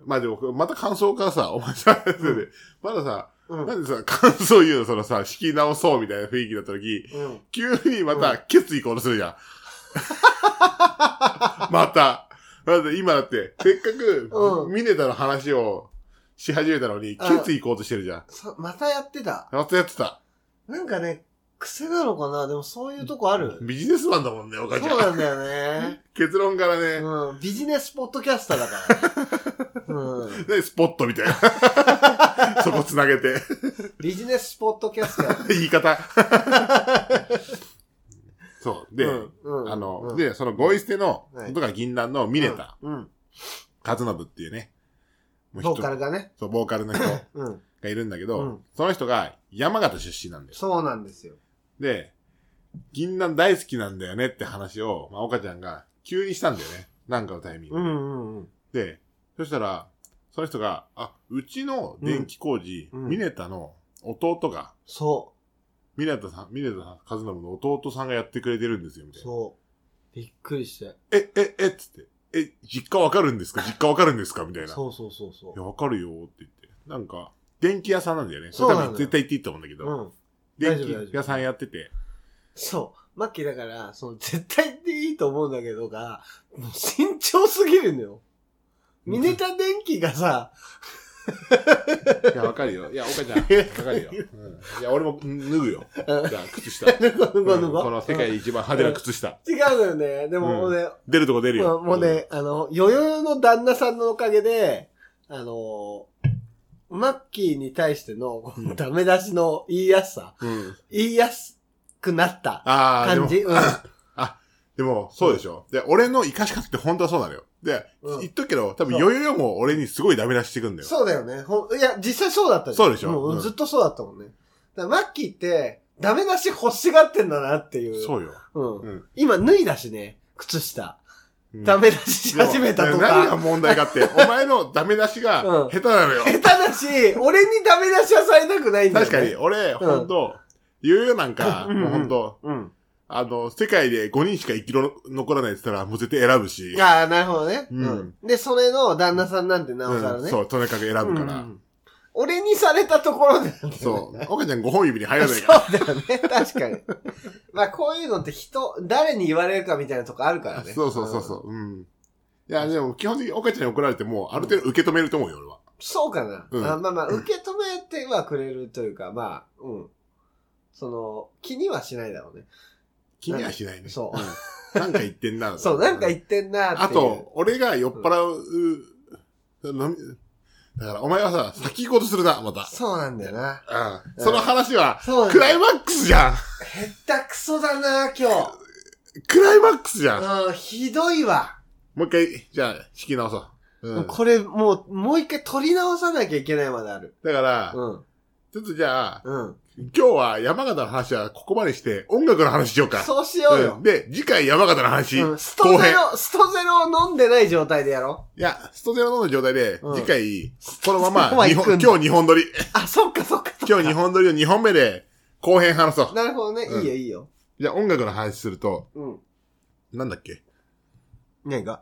まあでも、また感想からさ、お前さ、んまださ、うん。なんでさ、感想言うの、そのさ、敷き直そうみたいな雰囲気だった時、うん。急にまうた、ケツ行こうとするじゃん。また。だって今だって、せっかく、うんミネタの話をし始めたのに、ケうんツ行こうとしてるじゃん。そまたやってた。またやってた。なんかね、癖なのかなでもそういうとこある。ビジネスマンだもんね、おそかうちゃん。なんだよね。結論からね、うん、ビジネスポッドキャスターだ [LAUGHS] から。うん。ねスポットみたい [LAUGHS] な。そこ繋げて。ビジネスポッドキャスター。言い方。そう。で、うん、うんあの、うん、で、そのゴイステの、はい元が銀蘭のミネタ、うん。和信っていうね、もうボ人ーカルがね。そう、ボーカルの人がうん。いるんだけど、うんその人が山形出身なんです。そうなんですよ。で、銀蘭大好きなんだよねって話を、まあ、岡ちゃんが急にしたんだよね。なんかのタイミングうで。んうんで、そしたら、その人が、あ、うちの電気工事、うんうんミネタの弟が、そミネタさん、ミネタさん、和信の弟さんがやってくれてるんですよ、みう、たいな。そう。びっくりして。え、え、え、っつって。え、実家わかるんですか実家わかるんですかみたいな。いそうそうそうそや、わかるよーって言って。なんか、電気屋さんなんだよね。そうなのよ多分絶対行っていいと思うんだけう。ど。うん。電大丈夫大丈気夫屋さんやってて。そう。マッキーだから、その、絶対でいいと思うんだけどが、もう慎重すぎるのよ。ミネタ電機がさ、いや、わかるよ。いや、[LAUGHS] おかちゃん、わかるよ。うんいや、俺もうん脱ぐよ。じゃあ、靴下。ぬごぬごうぬんご。この世界で一番派手な靴下。違うのよね。でも、うん俺、出るとこ出るまあよ。もうね、あの、よよよの旦那さんのおかげで、あのー、マッキーに対しての、このダメ出しの言いやすさ、うん。うん。言いやすくなったあー、で感も、じ。うん。でも、そうでしょ。で、俺の生かし方って本当はそうなのよ。で、うん言っとくけど、多そ分、うよよよも俺にすごいダメ出ししてくんだよ。そうだよね。ほんいや、実際そうだったじゃんそうでしょんうんずっとそうだったもんね。だからマッキーって、ダメ出し欲しがってんだなっていう。う。そうよ。ん。うん今、脱いだしね、靴下。うんダメ出しし始めたと何がか。問題か [LAUGHS] って、お前のダメ出しがうん下手なのよ。下手だし、俺にダメ出しはされたくないんだよ、確ね。かに、。俺、ほんと、言うよなんか、うんもうほんと、うん。あの、世界で5人しか生きろ残らないって言ったら、もう絶対選ぶし。ああ、なるほどね、うんで、それの旦那さんなんてなおさらね。うん、そう、とにかく選ぶから。うん俺にされたところでなんだよねそう。岡ちゃん5本指に入らないから。そうだよね。確かに。まあこういうのって人、誰に言われるかみたいなとこあるからね。 [LAUGHS] そうそうそうそん。う。うん。いや、でも基本的に岡ちゃんに怒られても、ある程度受け止めると思うよ、俺は。そうかな、うんあまあまあ、受け止めてはくれるというか、まあ、うん。その、気にはしないだろうね。気にはしないね。そううん。なんか言ってん [LAUGHS] な。そう、なんか言ってんなーあっていう。と、俺が酔っ払う、飲みだからお前はさ、先行こうとするな、また。そうなんだよな。うん。その話は、そうなんクだライよ。マックスじゃん下手くそだなー今クライマックスじゃん日。うん、ひどいわ。もう一回、じゃあ、引き直そう。うん。これ、もう、もう一回取り直さなきゃいけないまである。だからう、ん。ちょっとじゃあ、うん。今日は山形の話はここまでして、音楽の話しようか。そうしようよん。で、次回山形の話。うんスト後ゼ編ロ、ストゼロを飲んでない状態でやろいや、ストゼロの状態で、うん次回、このままそこは日行く本、んだ今日日本撮り。う。あ、そっかそっかそっか。今日日本撮りの2本目で、後編話そう。なるほどね。うんいいよいいよ。じゃあ音楽の話すると、うん。なんだっけ何が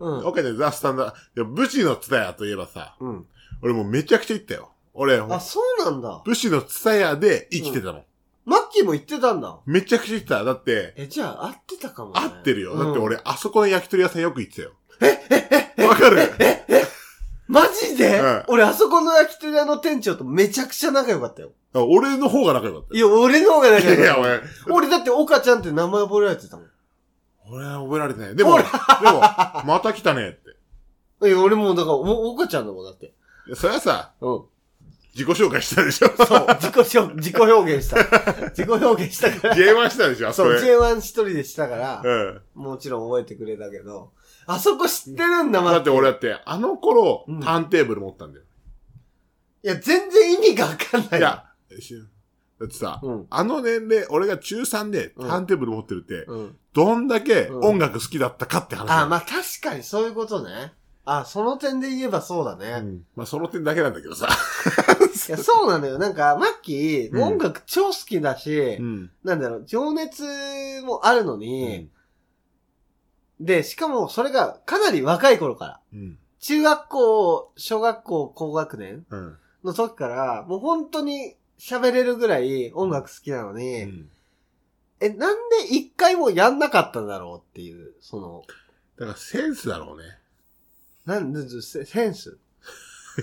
うん。岡ちゃん、ザ・スタンダード。いや武士のツタヤといえばさ、うん。俺もうめちゃくちゃ行ったよ。俺、あ、そうなんだ。武士のツタヤで生きてたもん。マッキーも言ってたんだ。めちゃくちゃ行ってた。だって、え、じゃあ合ってたかも、ね。合ってるよ。だってうん。俺、あそこの焼き鳥屋さんよく行ってたよ。え、え、え、わかるマジで、うん俺あそこの焼き鳥屋の店長とめちゃくちゃ仲良かったよ。あ俺の方が仲良かったいや、俺の方が仲よ。いやい良や、かった。俺、俺だって岡ちゃんって名前覚えられてたもん。俺は覚えられてない。でも、ほでらも、また来たねって。いや、俺もうだから、お岡ちゃんだもんだって。いやそれはさ、うん。 [LAUGHS] 自己紹介したでしょそう、自己しょ、自己表現 [LAUGHS] した。自己表現したから。 J1 したでしょあそそこう、で。 J1 一人でしたから、うん。もちろん覚えてくれたけど、あそこ知ってるんだ、まだって俺だって、あの頃うん、ターンテーブル持ったんだよ。いや、全然意味がわかんない。い、や、しだってさ、うん。あの年齢、俺が中3でタうんーンテーブル持ってるって、うん。どんだけうん音楽好きだったかって話なあ、の。まあ確かにそういうことね。あ、その点で言えばそうだね。うんまあ、その点だけなんだけどさ。いや、そうなのよ。なんか、マッキー、うん音楽超好きだし、ん。なんだろう、情熱もあるのに、で、しかもそれがかなり若い頃から、うん。中学校、小学校、高学年うん。の時から、もう本当に喋れるぐらい音楽好きなのに、え、なんで一回もやんなかったんだろうっていう、その、だからセンスだろうね。 [LAUGHS] なんで、セセンス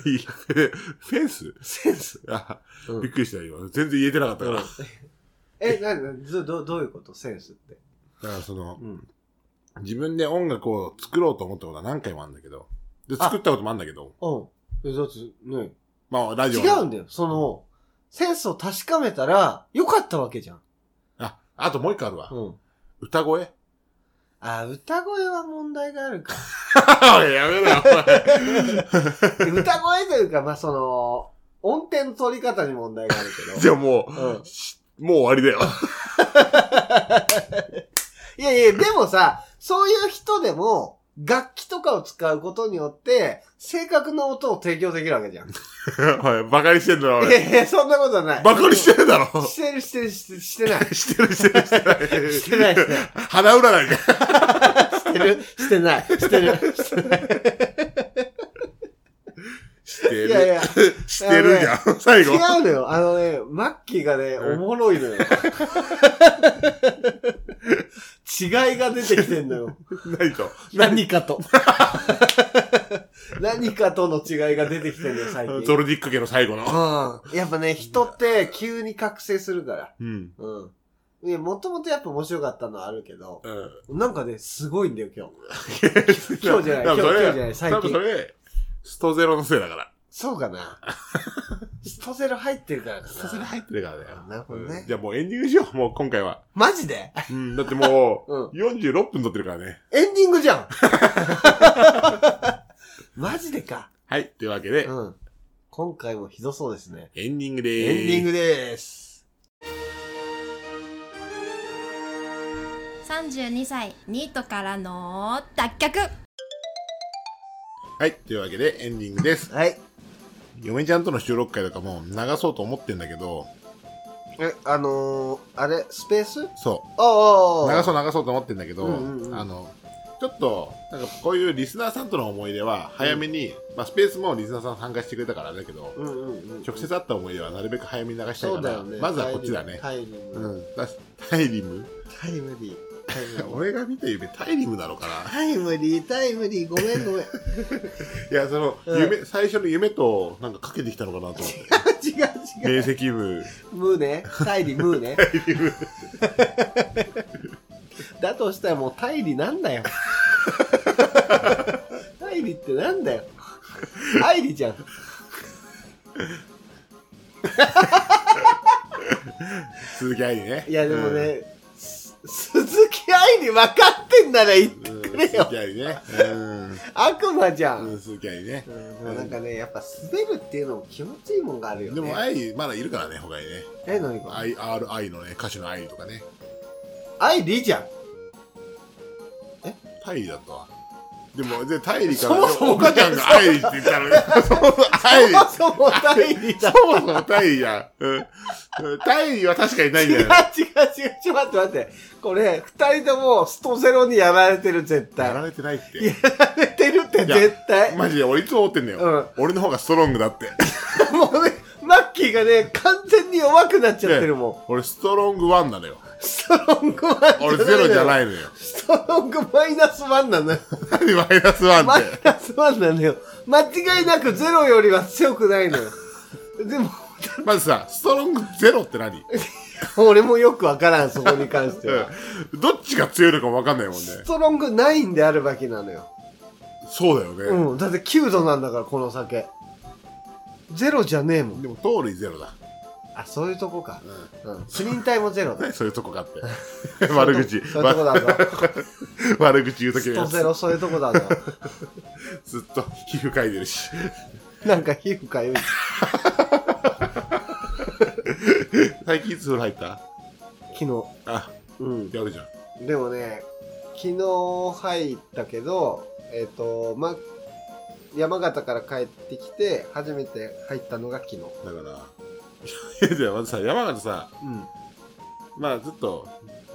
いやフェンスセンス、あうんびっくりしたよ。今全然言えてなかったから。だえ、な、な、ど、どどういうことセンスって。からその、うん。自分で音楽を作ろうと思ったことは何回もあるんだけど。で、あ作ったこともあるんだけど。うん。え、だって、ね。まあ、ラジオ違の。うんだよ。その、センスを確かめたら、良かったわけじゃん。あ、あともう一個あるわ。うん。歌声あ、歌声は問題があるか。 [LAUGHS] おいやめろでよ、歌声というか、まあ、その、音程の取り方に問題があるおけ前。ど。 [LAUGHS] じゃあもう、うん。もう終わりだよ。 [LAUGHS] いやいや、でもさ、そういう人でも、楽器とかを使うことによって、正確な音を提供できるわけじゃん。いおい、バカにしてんだろ、 [LAUGHS] 俺。やいや、そんなことはない。バカにしてるだろ。してる、してる、してる、してない。 [LAUGHS] してる、してる、してなしてない。い、してない。鼻占いじゃん。してる、してない。してる、[LAUGHS] してない。していやいる。や、してるじゃん。最後。違うのよ。あのね、マッキーがね、うおんもろいのよ。違いが出てきてんのよ。 [LAUGHS] 何と。何かと。 [LAUGHS] 何かとの違いが出てきてんのよ、最近。ゾルディック家の最後の。うん。やっぱね、人って急に覚醒するから。うん。うん。いや、もともとやっぱ面白かったのはあるけど、うん。なんかね、すごいんだよ、今 [LAUGHS] 日。今日じゃない、今日、今多分それ日じゃない、最多分そ近。れ、ストゼロのせいだから。そうか [LAUGHS] な。ストゼロ入ってるからかストゼロな。入ってるからだよ。なるほどねうんじゃあもうエンディングしよう、もう今 [LAUGHS] 回は。マジでうん、だってもうんう、46分撮ってるからね。エンディングじゃん [LAUGHS] マジでか。はい、というわけで、うん。今回もひどそうですね。エンディングでーす。エンディングです。 32歳ニートからの脱却はい、というわけでエンディングです。はい。嫁ちゃんとの収録会とかも流そうと思ってんだけどえ、あのー、あれ、スペースそああうああ。流そう流そうと思ってんだけど、うんうんうんあのちょっとなんかこういうリスナーさんとの思い出は早めに、まあ、スペースもリスナーさん参加してくれたからあれだけど、うんうんうん。直接会った思い出はなるべく早めに流したいそうかだら、よね。まずはこっちだねタイムリうム。ん、だしタイリムタイムリー。タイムリー。 [LAUGHS] 俺が見た夢タイリムなのかなタイムリー、タイムリー、ごめ [LAUGHS] んごめん。違ういやその、うん夢最初の夢となんかかけてきたのかなと思 [LAUGHS] って違う。明晰夢ムーね。タイリー、ムーね。だとしたらもうタイリーなんだ [LAUGHS] よ。タイリーってなんだよ。アイリーじゃん。鈴木愛理ねいやでもね、す鈴木愛に分かってんなら言っうてん、くうんれ鈴よ。木愛理ねうん悪魔じゃ。うんん、鈴木愛ねう。ん、でもなんかね、やっぱ滑るっていうのも気持ちいいもんがあるよね。でも、愛、まだいるからね、他にね。え、何か。愛、RI のね、歌手の愛とかね。愛理じゃん。タイリだったわ。でも、で、タイリかそら、もそもお母ちゃんが愛理って言ったの [LAUGHS] ね。そもそも愛理。そもそも愛理だ。そもそもタイリや。うん。タイリは確かにないん違う違う違だうよね。、ちょっと待って待って。これ、二人ともストゼロにやられてる、絶やら対。れてないって。やられてるって、いや絶対。マジで俺いつも思ってんだよ、俺の方がストロングだってもうね、マッキーがね、完全に弱くなっちゃってるもん。俺ストロングワンなのよストロングワンじゃないのよ俺ゼロじゃないのよストロングマイナスワンなのよ。何マイナスワンマっイてナスワンなのよ。間違いなくゼロよりは強くないのよ。でも、まずさストロングゼロって何、俺もよくわからん、そこに関しては。うん、どっちが強いのか分かんないもんねストロングナインであるべきなのよ。そうだよね、うん、だって9度なんだから、この酒。ゼロじゃねえもん。でも盗塁ゼロだ、あ、そういうとこか。ううん。不倫体もゼロだ。ん、そういうとこかって [LAUGHS] 悪口 [LAUGHS] そういうとこだぞ。わ [LAUGHS] 悪口言うときスのトゼやロ、そういうとこだぞ。つずっと皮膚かいてるしなんか皮膚かゆい。最近いつ風呂入った昨日。あうん。やるじゃんでもね、昨日入ったけど、えっ、と、ま、山形から帰ってきて、初めて入ったのが昨日。だからいやいやまずさ山形さうん。ままあちょっと、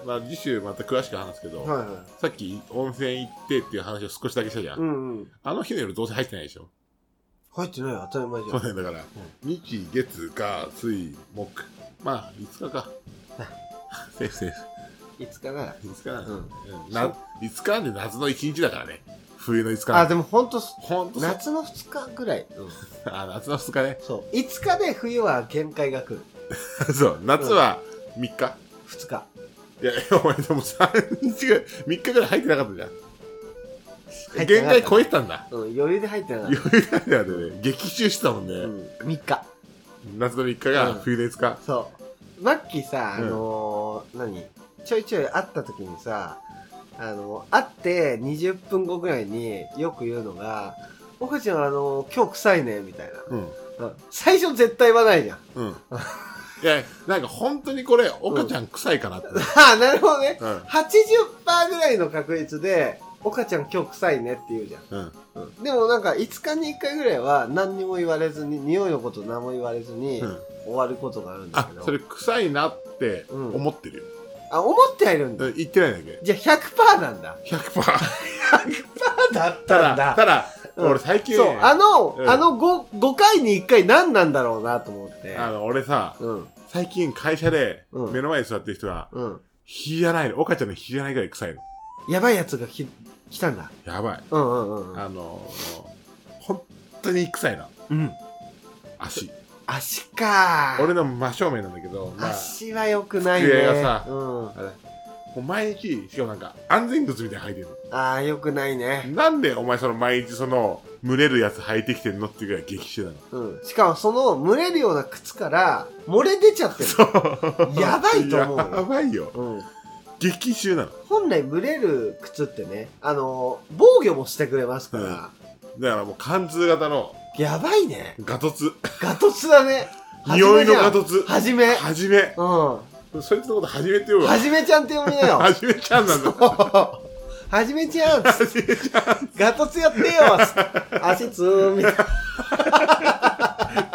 まあ、次週また詳しく話すけど、はいはさっき温泉行ってっていう話を少しだけしたじゃん。い。うんうん。あの日の夜どうせ入ってないでしょ。入ってないよ、当たり前じゃ。そうんね、だから、日、月、火、水、木。まあ、5日か。セーフセーいつかな。フ。5日なうんんだ、うんな5日なんで夏の1日だからね。冬の5日なあ、んで。でもほんと、ほんとそう夏の2日ぐらい。あ、夏の2 [LAUGHS] 日ね。そう。5日で冬は限界が来る。そう、夏は3日。 2日。いや、お前でも3日ぐらい、3日ぐらい入ってなかったじゃん。入って限なかった界超えてたんだ。うん、余裕で入ってなかっ余裕なんだよね。激臭してたもんね。た。うん、3日。夏の3日が冬の5日。そう。マッキーさ、あうんのー何ちょいちょい会った時にさ、あの会って20分後ぐらいによく言うのが、僕ちゃん、あのー今日臭いね、みたいうん。な。うん最初絶対言わないじゃん。 [LAUGHS] うん。いや、なんか本当にこれ、岡ちゃん臭いかなって。ああ、なるほどね。うん。 80%ぐらいの確率で、岡ちゃん今日臭いねって言うじゃん。うん。うんでもなんか5日に1回ぐらいは何にも言われずに、匂いのこと何も言われずにうん終わることがあるんだあけど。、それ臭いなって思ってるよ。あ、思ってはいるんだ。うん言ってないんだけ。じゃあ100%なんだ。 100%。だったただ、らただ、うん俺最近、そう、ああの、うんあの 5, 5回に1回何なんだろうなと思って。の、俺さ、うん、最近会社でうん目の前に座ってる人が、うん。日じゃないの、岡ちゃんの日じゃないぐらい臭いの。やばいやつがき来たんだ。やばい。うんうんうん。あの、本当に臭いの。うん。足。足か俺の真正面なんだけど、まあ、足は良くないね。机がさうん。ああれ。もう毎日、しかもなんか安全靴みたいなの履いてるの。あ、良くないね。なんでお前その毎日その、蒸れるやつ履いてきてんのっていうぐらい激臭なの。うん。しかもその、蒸れるような靴から漏れ出ちゃってる。 [LAUGHS] やばいと思うよやばいよ。うん。激臭なの。本来蒸れる靴ってね、あの、防御もしてくれますから、だからもう貫通型のやばいね。ガトツ。ガトツだね。匂いのガトツ。はじめ。はじめ。うそいつのことはじめって呼ぶん。わ。はじめちゃんって呼びな [LAUGHS] よ。はじめちゃんなんだ。はじめちゃん、ガトツやってよ、足つーんみたいな。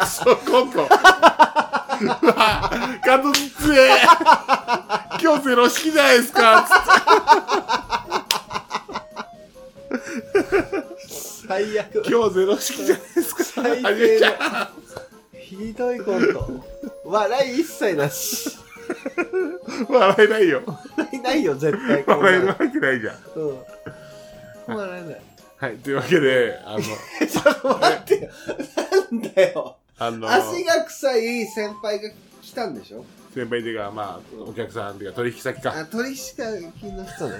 そここ。うわ [LAUGHS] ガトツつえ。今日ゼロ式じゃないですか。最悪今日ゼロ式じゃないですか。最低だはじめちゃん。ひどいコント笑い一切な [LAUGHS] し笑えないよ。笑いないよ絶対こんな笑えるわのけないじゃん。うん笑えないはい、というわけで、 [LAUGHS] あの、えちょっと待ってよなんだよあの、足が臭い先輩が来たんでしょ先輩っていうか、まあ、お客さんっていうか、取引先か。あ取引先の人ね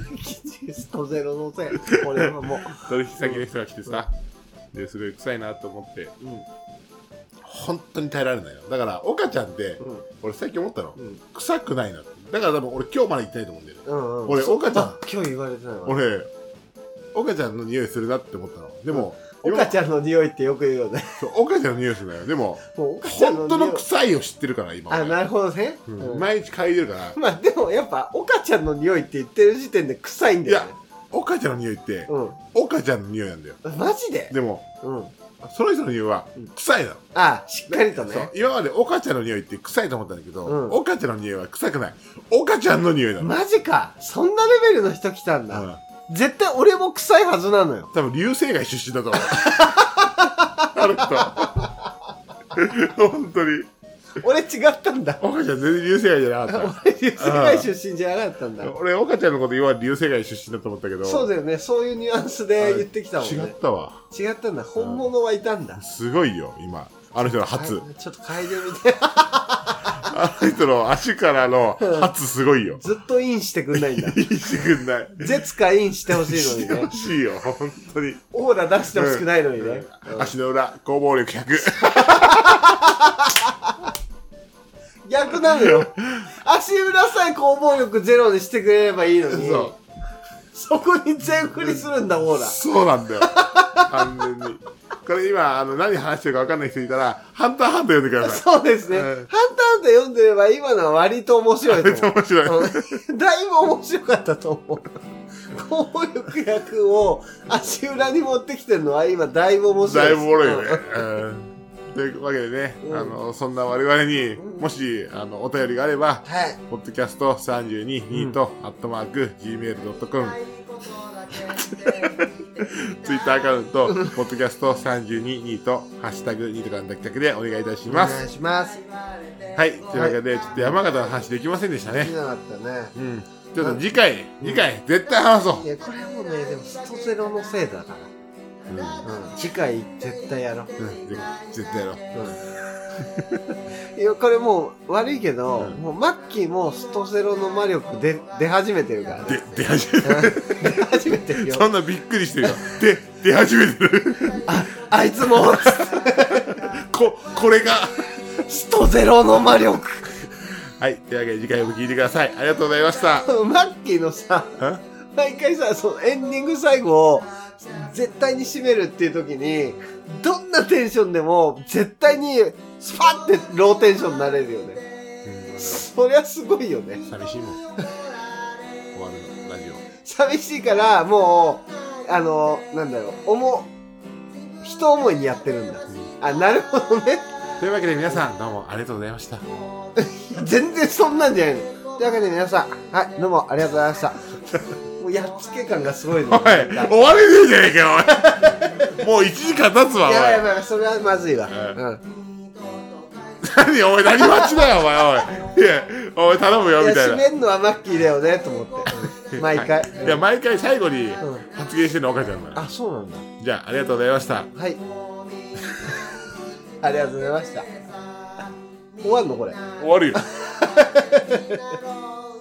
[LAUGHS] とゼロのせいこれはもう取引先の人が来てさ、ですごい臭いなと思って、うん本当に耐えられないの。だから、岡ちゃんって、うん俺最近思ったの、うん臭くないなって。だから多分俺今日まで行ってないと思うんだよね。うんうん俺岡ちゃんあ今日言われてないわ俺、岡ちゃんの匂いするなって思ったの。でも、岡ゃちゃんの匂いってよく言うよねん。そう岡ちゃんの匂いするのよ。でも、もう岡ちゃんの本当匂いの臭いを知ってるから、今。あなるほほどね、うん毎日嗅いでるから、まあでもやっぱ岡ちゃんの匂いって言ってる時点で臭いんだよね岡ちゃんの匂いって、うん岡ちゃんの匂いなんだよ。マジででも、うんその人の匂いはうん臭いなの。あしっかりとそねう今まで岡ちゃんの匂いって臭いと思ったんだけど、うん岡ちゃんの匂いは臭くない岡ちゃんの匂いなの、マジかそんなレベルの人来たんだ、うん、絶対俺も臭いはずなのよ多分流星街出身だと思うあの人本当に俺違ったんだ岡ちゃん全然流星街じゃなかっ俺世界出身じゃなかったんだた [LAUGHS] 俺岡ちゃんのこと言わ流星街出身だと思ったけどそうだよねそういうニュアンスで言ってきたもん違ねったわ違ったんだ本物はいたんだすごいよ今あの人の初あちょっと嗅いでみてあの人の足からの初すごいよずっとインしてくんないんだいいしてくんない絶かインしてほしいしてのにねほしいよ本当にオーラ出してほしくないのにね、うん足の裏攻防力100逆なのよ足裏さえ攻防力ゼロにしてくれればいいのにそそこに全振りするんだオーラそうなんだよ完全にこれ今あの何話してるか分かんない人いたら「ハンターハンター」読んでくださいそうですね。うんハンターハンター読んでれば今のは割と面白いとめっち [LAUGHS] ゃ面思白うい、うん。 [LAUGHS] だいぶ面白かったと思う。攻防力役を足裏に持ってきてるのは今だいぶ面白いだいです。ぶおもろいよね、うんというわけでね、うんあのそんな我々にんもしあのお便りがあればうん。はい。 「ポッドキャスト32ニート」アットマーク Gmail.com ツイッターアカウント「ポッドキャスト32ニート」「ハッシュタグニートからの脱却」でお願いいたおしま願いすします。はいというわけでちょっと山形の話できませんでしたでねきなかったね。うんちょっと次回次回絶対話そういや、これもね、でもストゼロのせいだから。うん。次回絶対やろう。うんぜ絶対やろういやこれもう悪いけど、うんもうマッキーもストゼロの魔力で出始めてるから、ね、で出始めてる出始めてるそよんなびっくりしてるよ [LAUGHS] で出始めてる [LAUGHS] あいつもここれがストゼロの魔力 [LAUGHS] はいというわけで次回も聞いてくださいありがとうございましたマッキーのさん毎回さそのエンディング最後を絶対に締めるっていう時にどんなテンションでも絶対にスパッてローテンションになれるよねそりゃすごいよね寂しいも [LAUGHS] ん終わるのラジオ寂しいからもうあのなんだろう思う人思いにやってるんだあなるほどねというわけで皆さんどうもありがとうございました全然そんなんじゃないのというわけで皆さんはいどうもありがとうございました [LAUGHS] もうやっつけ感がすごい [LAUGHS] おのい終われねえじゃねえかよおい [LAUGHS] もう1時間経つわおいやばいやばいそれはまずいわ、うんう何お前何待ちだよお前おいいやお前頼むよん、いやみたい締なめるのはマッキーだよねと思っ [LAUGHS] て毎回、はいいや毎回最後にうん発言してるの岡ちゃんだあそうなんだじゃあありがとうございましたはい [LAUGHS] ありがとうございました終わんのこれ終わるよ Hello.